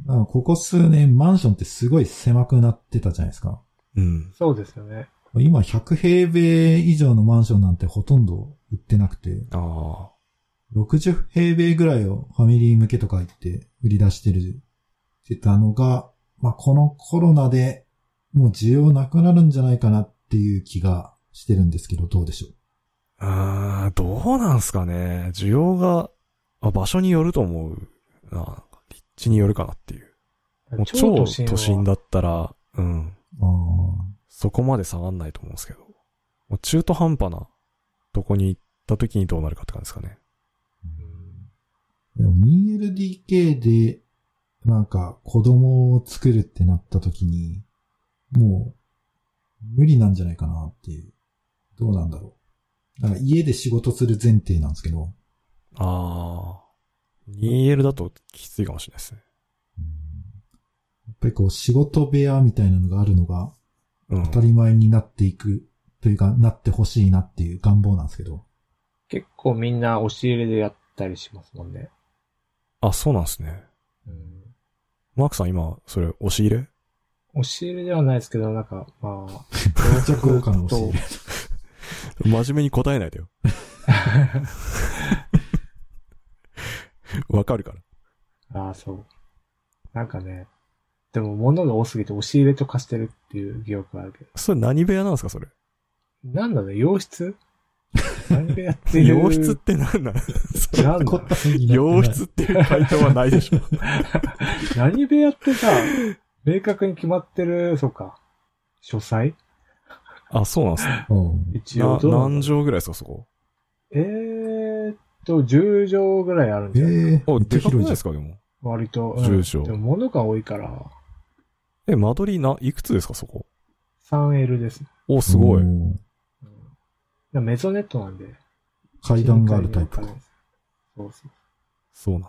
[SPEAKER 2] まあここ数年マンションってすごい狭くなってたじゃないですか。
[SPEAKER 3] うん。
[SPEAKER 1] そうですよね。
[SPEAKER 2] 今100平米以上のマンションなんてほとんど売ってなくて、
[SPEAKER 3] あ
[SPEAKER 2] 60平米ぐらいをファミリー向けとか言って売り出してるってたのが、まあ、このコロナでもう需要なくなるんじゃないかなっていう気がしてるんですけど、どうでしょ
[SPEAKER 3] あ。ああ、どうなんすかね。需要が、あ場所によると思うな。立地によるかなっていう。もう超都心
[SPEAKER 1] は
[SPEAKER 3] だったら、うん。
[SPEAKER 2] うあ
[SPEAKER 3] そこまで下がんないと思うんですけど。もう中途半端なとこに行った時にどうなるかって感じですかね。
[SPEAKER 2] ーでも 2LDK でなんか子供を作るってなった時に、もう無理なんじゃないかなっていう。どうなんだろう。なんか家で仕事する前提なんですけど、
[SPEAKER 3] ああ。2L だときついかもしれないですね。
[SPEAKER 2] うんやっぱりこう仕事部屋みたいなのがあるのが
[SPEAKER 3] うん。
[SPEAKER 2] 当たり前になっていくというかなってほしいなっていう願望なんですけ ど。
[SPEAKER 1] 結構みんな押し入れでやったりしますもんね。
[SPEAKER 3] あ、そうなんですね。
[SPEAKER 1] うん、
[SPEAKER 3] マークさん今、それ、押し入れ
[SPEAKER 1] 押し入れではないですけど、なんか、まあ、
[SPEAKER 2] めっちゃ豪華なおし入れ。
[SPEAKER 3] 真面目に答えないで よ。わかるから。
[SPEAKER 1] ああ、そう。なんかね、でも物が多すぎて押し入れと化してるっていう疑惑があるけど。
[SPEAKER 3] それ何部屋なんですか、それ。
[SPEAKER 1] なんだね、洋室何がやってる
[SPEAKER 3] 洋室って何なの
[SPEAKER 1] 違うんだ
[SPEAKER 2] こ
[SPEAKER 1] よ
[SPEAKER 2] ったになってない
[SPEAKER 3] 洋室っていう回答はないでしょ。
[SPEAKER 1] 何部屋ってさ、明確に決まってる、そうか。書斎
[SPEAKER 3] あ、そうなんですね。
[SPEAKER 2] うん
[SPEAKER 1] 一
[SPEAKER 3] な
[SPEAKER 1] 応どうなん
[SPEAKER 3] 何
[SPEAKER 1] だ
[SPEAKER 3] 畳ぐらいですか、そこ。
[SPEAKER 1] えーっと、10畳ぐらいあるん
[SPEAKER 2] え
[SPEAKER 1] じゃない
[SPEAKER 2] え
[SPEAKER 3] あ、
[SPEAKER 2] めっちゃ
[SPEAKER 3] でかく
[SPEAKER 2] 広
[SPEAKER 3] ないい
[SPEAKER 2] じゃ
[SPEAKER 3] で
[SPEAKER 2] ん
[SPEAKER 3] す。か、でも。
[SPEAKER 1] 割と。
[SPEAKER 3] 10畳
[SPEAKER 1] でも物が多いから、
[SPEAKER 3] え、間取りな、いくつですか、そこ。
[SPEAKER 1] 3L です。
[SPEAKER 3] お、すごい。
[SPEAKER 2] うん。
[SPEAKER 1] うんでもメゾネットなんで。
[SPEAKER 2] 階段があるタイプか。い
[SPEAKER 1] そうそう。
[SPEAKER 3] そうなんだ。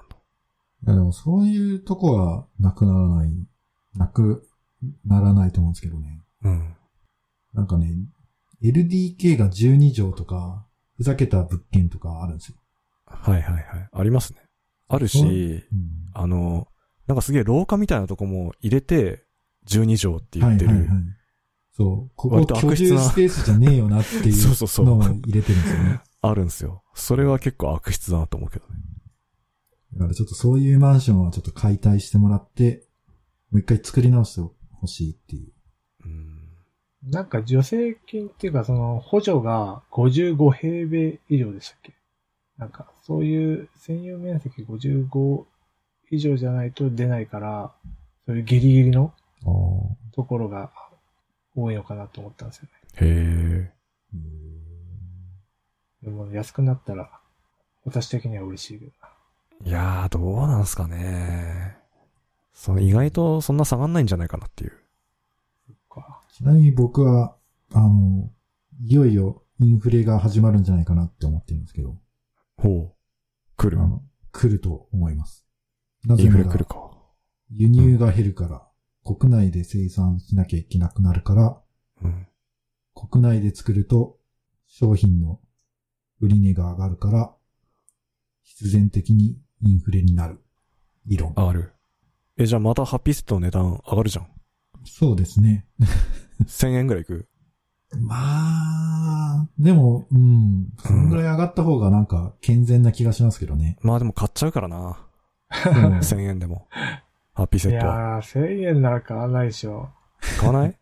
[SPEAKER 2] やでもそういうとこはなくならない、なくならないと思うんですけどね。
[SPEAKER 3] うん。
[SPEAKER 2] なんかね、LDK が12畳とか、ふざけた物件とかあるんですよ。
[SPEAKER 3] はいはいはい。ありますね。ある
[SPEAKER 2] う
[SPEAKER 3] し、
[SPEAKER 2] うん
[SPEAKER 3] あの、なんかすげえ廊下みたいなとこも入れて、12畳って言ってる。
[SPEAKER 2] はいはいはい。そう。ここ
[SPEAKER 3] 割と
[SPEAKER 2] 居
[SPEAKER 3] 悪質
[SPEAKER 2] 住
[SPEAKER 3] な
[SPEAKER 2] スペースじゃねえよなってい
[SPEAKER 3] そうそうそう
[SPEAKER 2] うのを入れてるんですよね。
[SPEAKER 3] あるんですよ。それは結構悪質だなと思うけどね。
[SPEAKER 2] だからちょっとそういうマンションはちょっと解体してもらって、もう一回作り直してほしいっていう。
[SPEAKER 3] うん。
[SPEAKER 1] なんか助成金っていうか、その補助が55平米以上でしたっけなんか、そういう専用面積55以上じゃないと出ないから、そういうギリギリの
[SPEAKER 2] ああ。
[SPEAKER 1] ところが多いのかなと思ったんですよね。
[SPEAKER 3] へえ。
[SPEAKER 2] うーん
[SPEAKER 1] でも安くなったら、私的には嬉しいけどな。
[SPEAKER 3] いやー、どうなんすかね。その意外とそんな下がんないんじゃないかなっていう。
[SPEAKER 1] そっか。
[SPEAKER 2] ちなみに僕は、あの、いよいよインフレが始まるんじゃないかなって思ってるんですけど、
[SPEAKER 3] ほう。来
[SPEAKER 2] あ
[SPEAKER 3] る。
[SPEAKER 2] の、来ると思います。な
[SPEAKER 3] イ
[SPEAKER 2] ぜ
[SPEAKER 3] ンフ
[SPEAKER 2] な
[SPEAKER 3] レ来る
[SPEAKER 2] ら、
[SPEAKER 3] か。
[SPEAKER 2] 輸入が減るから、国内で生産しなきゃいけなくなるから、
[SPEAKER 3] うん。
[SPEAKER 2] 国内で作ると、商品の売り値が上がるから、必然的にインフレになる。理論。
[SPEAKER 3] ある。え、じゃあまたハッピーセットの値段上が るじゃん。
[SPEAKER 2] そうですね。
[SPEAKER 3] 1000円ぐらいいく
[SPEAKER 2] まあ、でも、うん、そのぐらい上がった方がなんか健全な気がしますけどね。
[SPEAKER 3] まあでも買っちゃうからな。
[SPEAKER 2] うん
[SPEAKER 3] 1000円でも。ハッピーセ
[SPEAKER 1] い
[SPEAKER 3] ッ
[SPEAKER 1] や
[SPEAKER 3] トは。
[SPEAKER 1] ー、1000円なら買わないでしょ。
[SPEAKER 3] 買わない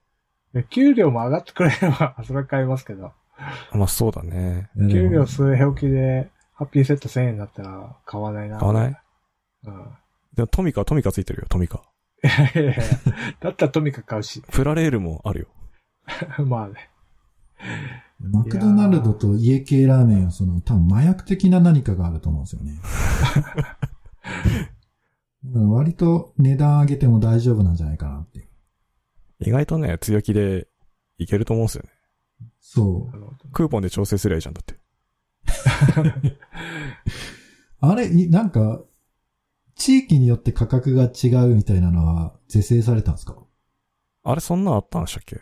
[SPEAKER 1] で給料も上がってくれれば、それは買いますけど。
[SPEAKER 3] まあそうだね。
[SPEAKER 2] いやで
[SPEAKER 1] 給
[SPEAKER 2] も
[SPEAKER 1] 料据え置きで、ハッピーセット1000円だったら買わないな。
[SPEAKER 3] 買わない
[SPEAKER 1] うん。
[SPEAKER 3] でもトミカ、トミカついてるよ、トミカ。
[SPEAKER 1] いやいやいやだったらトミカ買うし。
[SPEAKER 3] プラレールもあるよ。
[SPEAKER 1] まあね。
[SPEAKER 2] マクドナルドと家系ラーメンはその多分麻薬的な何かがあると思うんですよね。だから割と値段上げても大丈夫なんじゃないかなっていう。
[SPEAKER 3] 意外とね、強気でいけると思うんですよね。
[SPEAKER 2] そう
[SPEAKER 1] あ。の
[SPEAKER 3] クーポンで調整すりゃいいじゃんだって。
[SPEAKER 2] あれ、いなんか、地域によって価格が違うみたいなのは是正されたんですか
[SPEAKER 3] あれそんなのあったんでしたっけ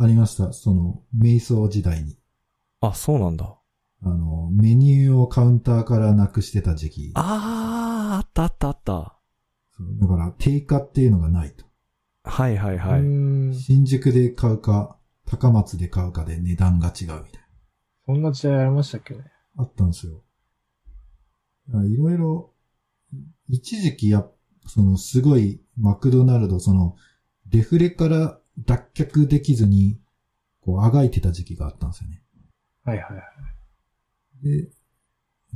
[SPEAKER 2] ありました。その、瞑想時代に。
[SPEAKER 3] あ、そうなんだ。
[SPEAKER 2] あの、メニューをカウンターからなくしてた時期。
[SPEAKER 3] あー、あったあったあった。
[SPEAKER 2] そうだから、定価っていうのがないと。
[SPEAKER 3] はいはいうはい。
[SPEAKER 1] ーん。
[SPEAKER 2] 新宿で買うか、高松で買うかで値段が違うみたいな。
[SPEAKER 1] そんな時代ありましたっけね。
[SPEAKER 2] あったんですよ。あいろいろ、一時期や、そのすごいマクドナルド、その、デフレから脱却できずに、こう、あがいてた時期があったんですよね。
[SPEAKER 1] はいはいはい。
[SPEAKER 2] で、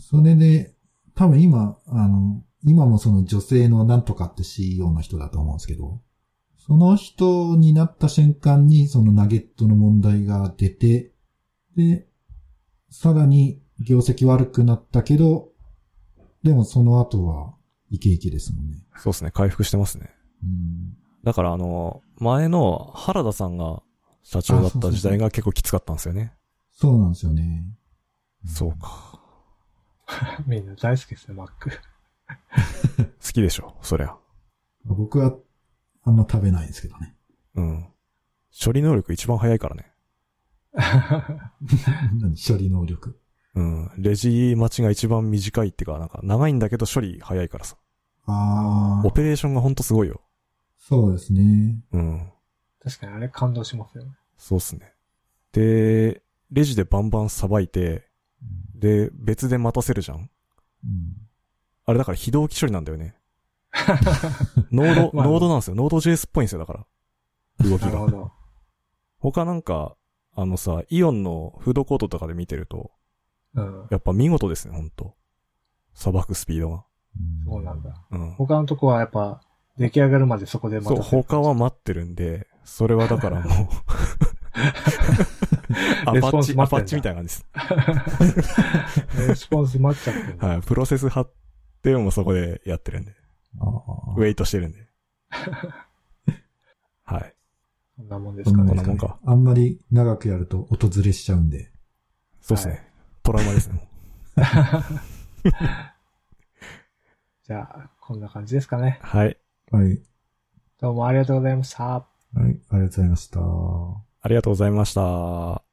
[SPEAKER 2] それで、多分今、あの、今もその女性のなんとかって CEO の人だと思うんですけど、その人になった瞬間にそのナゲットの問題が出て、で、さらに業績悪くなったけど、でもその後はイケイケですもんね。
[SPEAKER 3] そうですね、回復してますね。
[SPEAKER 2] うん。
[SPEAKER 3] だからあの、前の原田さんが社長だった時代が結構きつかったんですよね。
[SPEAKER 2] そうなんですよね。
[SPEAKER 3] そうか。
[SPEAKER 1] みんな大好きですね、マック。
[SPEAKER 3] 好きでしょ、そりゃ。
[SPEAKER 2] 僕はあんま食べないですけど ね。
[SPEAKER 3] うん。処理能力一番早いからね。
[SPEAKER 2] 何処理能力。
[SPEAKER 3] うん。レジ待ちが一番短いっていうか、なんか長いんだけど処理早いからさ。
[SPEAKER 2] あ
[SPEAKER 3] オ
[SPEAKER 2] あ、
[SPEAKER 3] ペレーションがほんとすごいよ。
[SPEAKER 2] そうですね。
[SPEAKER 3] うん。
[SPEAKER 1] 確かにあれ感動しますよね。
[SPEAKER 3] そうっすね。で、レジでバンバンさばいて、で、別で待たせるじゃん
[SPEAKER 2] うん
[SPEAKER 3] あれだから非同期処理なんだ よね。ノード、
[SPEAKER 1] まあ
[SPEAKER 3] ノードなんですよ。ノード JS っぽいんですよ、だから。動き
[SPEAKER 1] なる
[SPEAKER 3] が
[SPEAKER 1] ほ。ど。
[SPEAKER 3] 他なんか、あのさ、イオンのフードコートとかで見てると、
[SPEAKER 1] うん。
[SPEAKER 3] やっぱ見事ですね、ほんと。さばくスピードが。
[SPEAKER 1] そうなんだ。
[SPEAKER 3] うん。
[SPEAKER 1] 他のとこはやっぱ、出来上がるまでそこで
[SPEAKER 3] そう、
[SPEAKER 1] 待たせる
[SPEAKER 3] 他は待ってるんで、それはだから もうア
[SPEAKER 1] レ
[SPEAKER 3] パ
[SPEAKER 1] スポ
[SPEAKER 3] ッ
[SPEAKER 1] ンス待って
[SPEAKER 3] チ、
[SPEAKER 1] んだ
[SPEAKER 3] アパッチみたいな感じです。
[SPEAKER 1] レスポンス待っちゃってるんだ。
[SPEAKER 3] はい。プロセス貼ってもそこでやってるんで。
[SPEAKER 2] ああ
[SPEAKER 3] ウェイトしてるんで。はい。
[SPEAKER 1] こんなもんですか
[SPEAKER 3] こ
[SPEAKER 1] ね
[SPEAKER 3] ん。なもんか。
[SPEAKER 2] あんまり長くやると訪れしちゃうんで。
[SPEAKER 3] そうですね、
[SPEAKER 1] は
[SPEAKER 3] トラウマですね。
[SPEAKER 1] じゃあ、こんな感じですかね。
[SPEAKER 3] はい。
[SPEAKER 2] はい。
[SPEAKER 1] どうもありがとうございました。
[SPEAKER 2] はい、ありがとうございました。
[SPEAKER 3] ありがとうございました。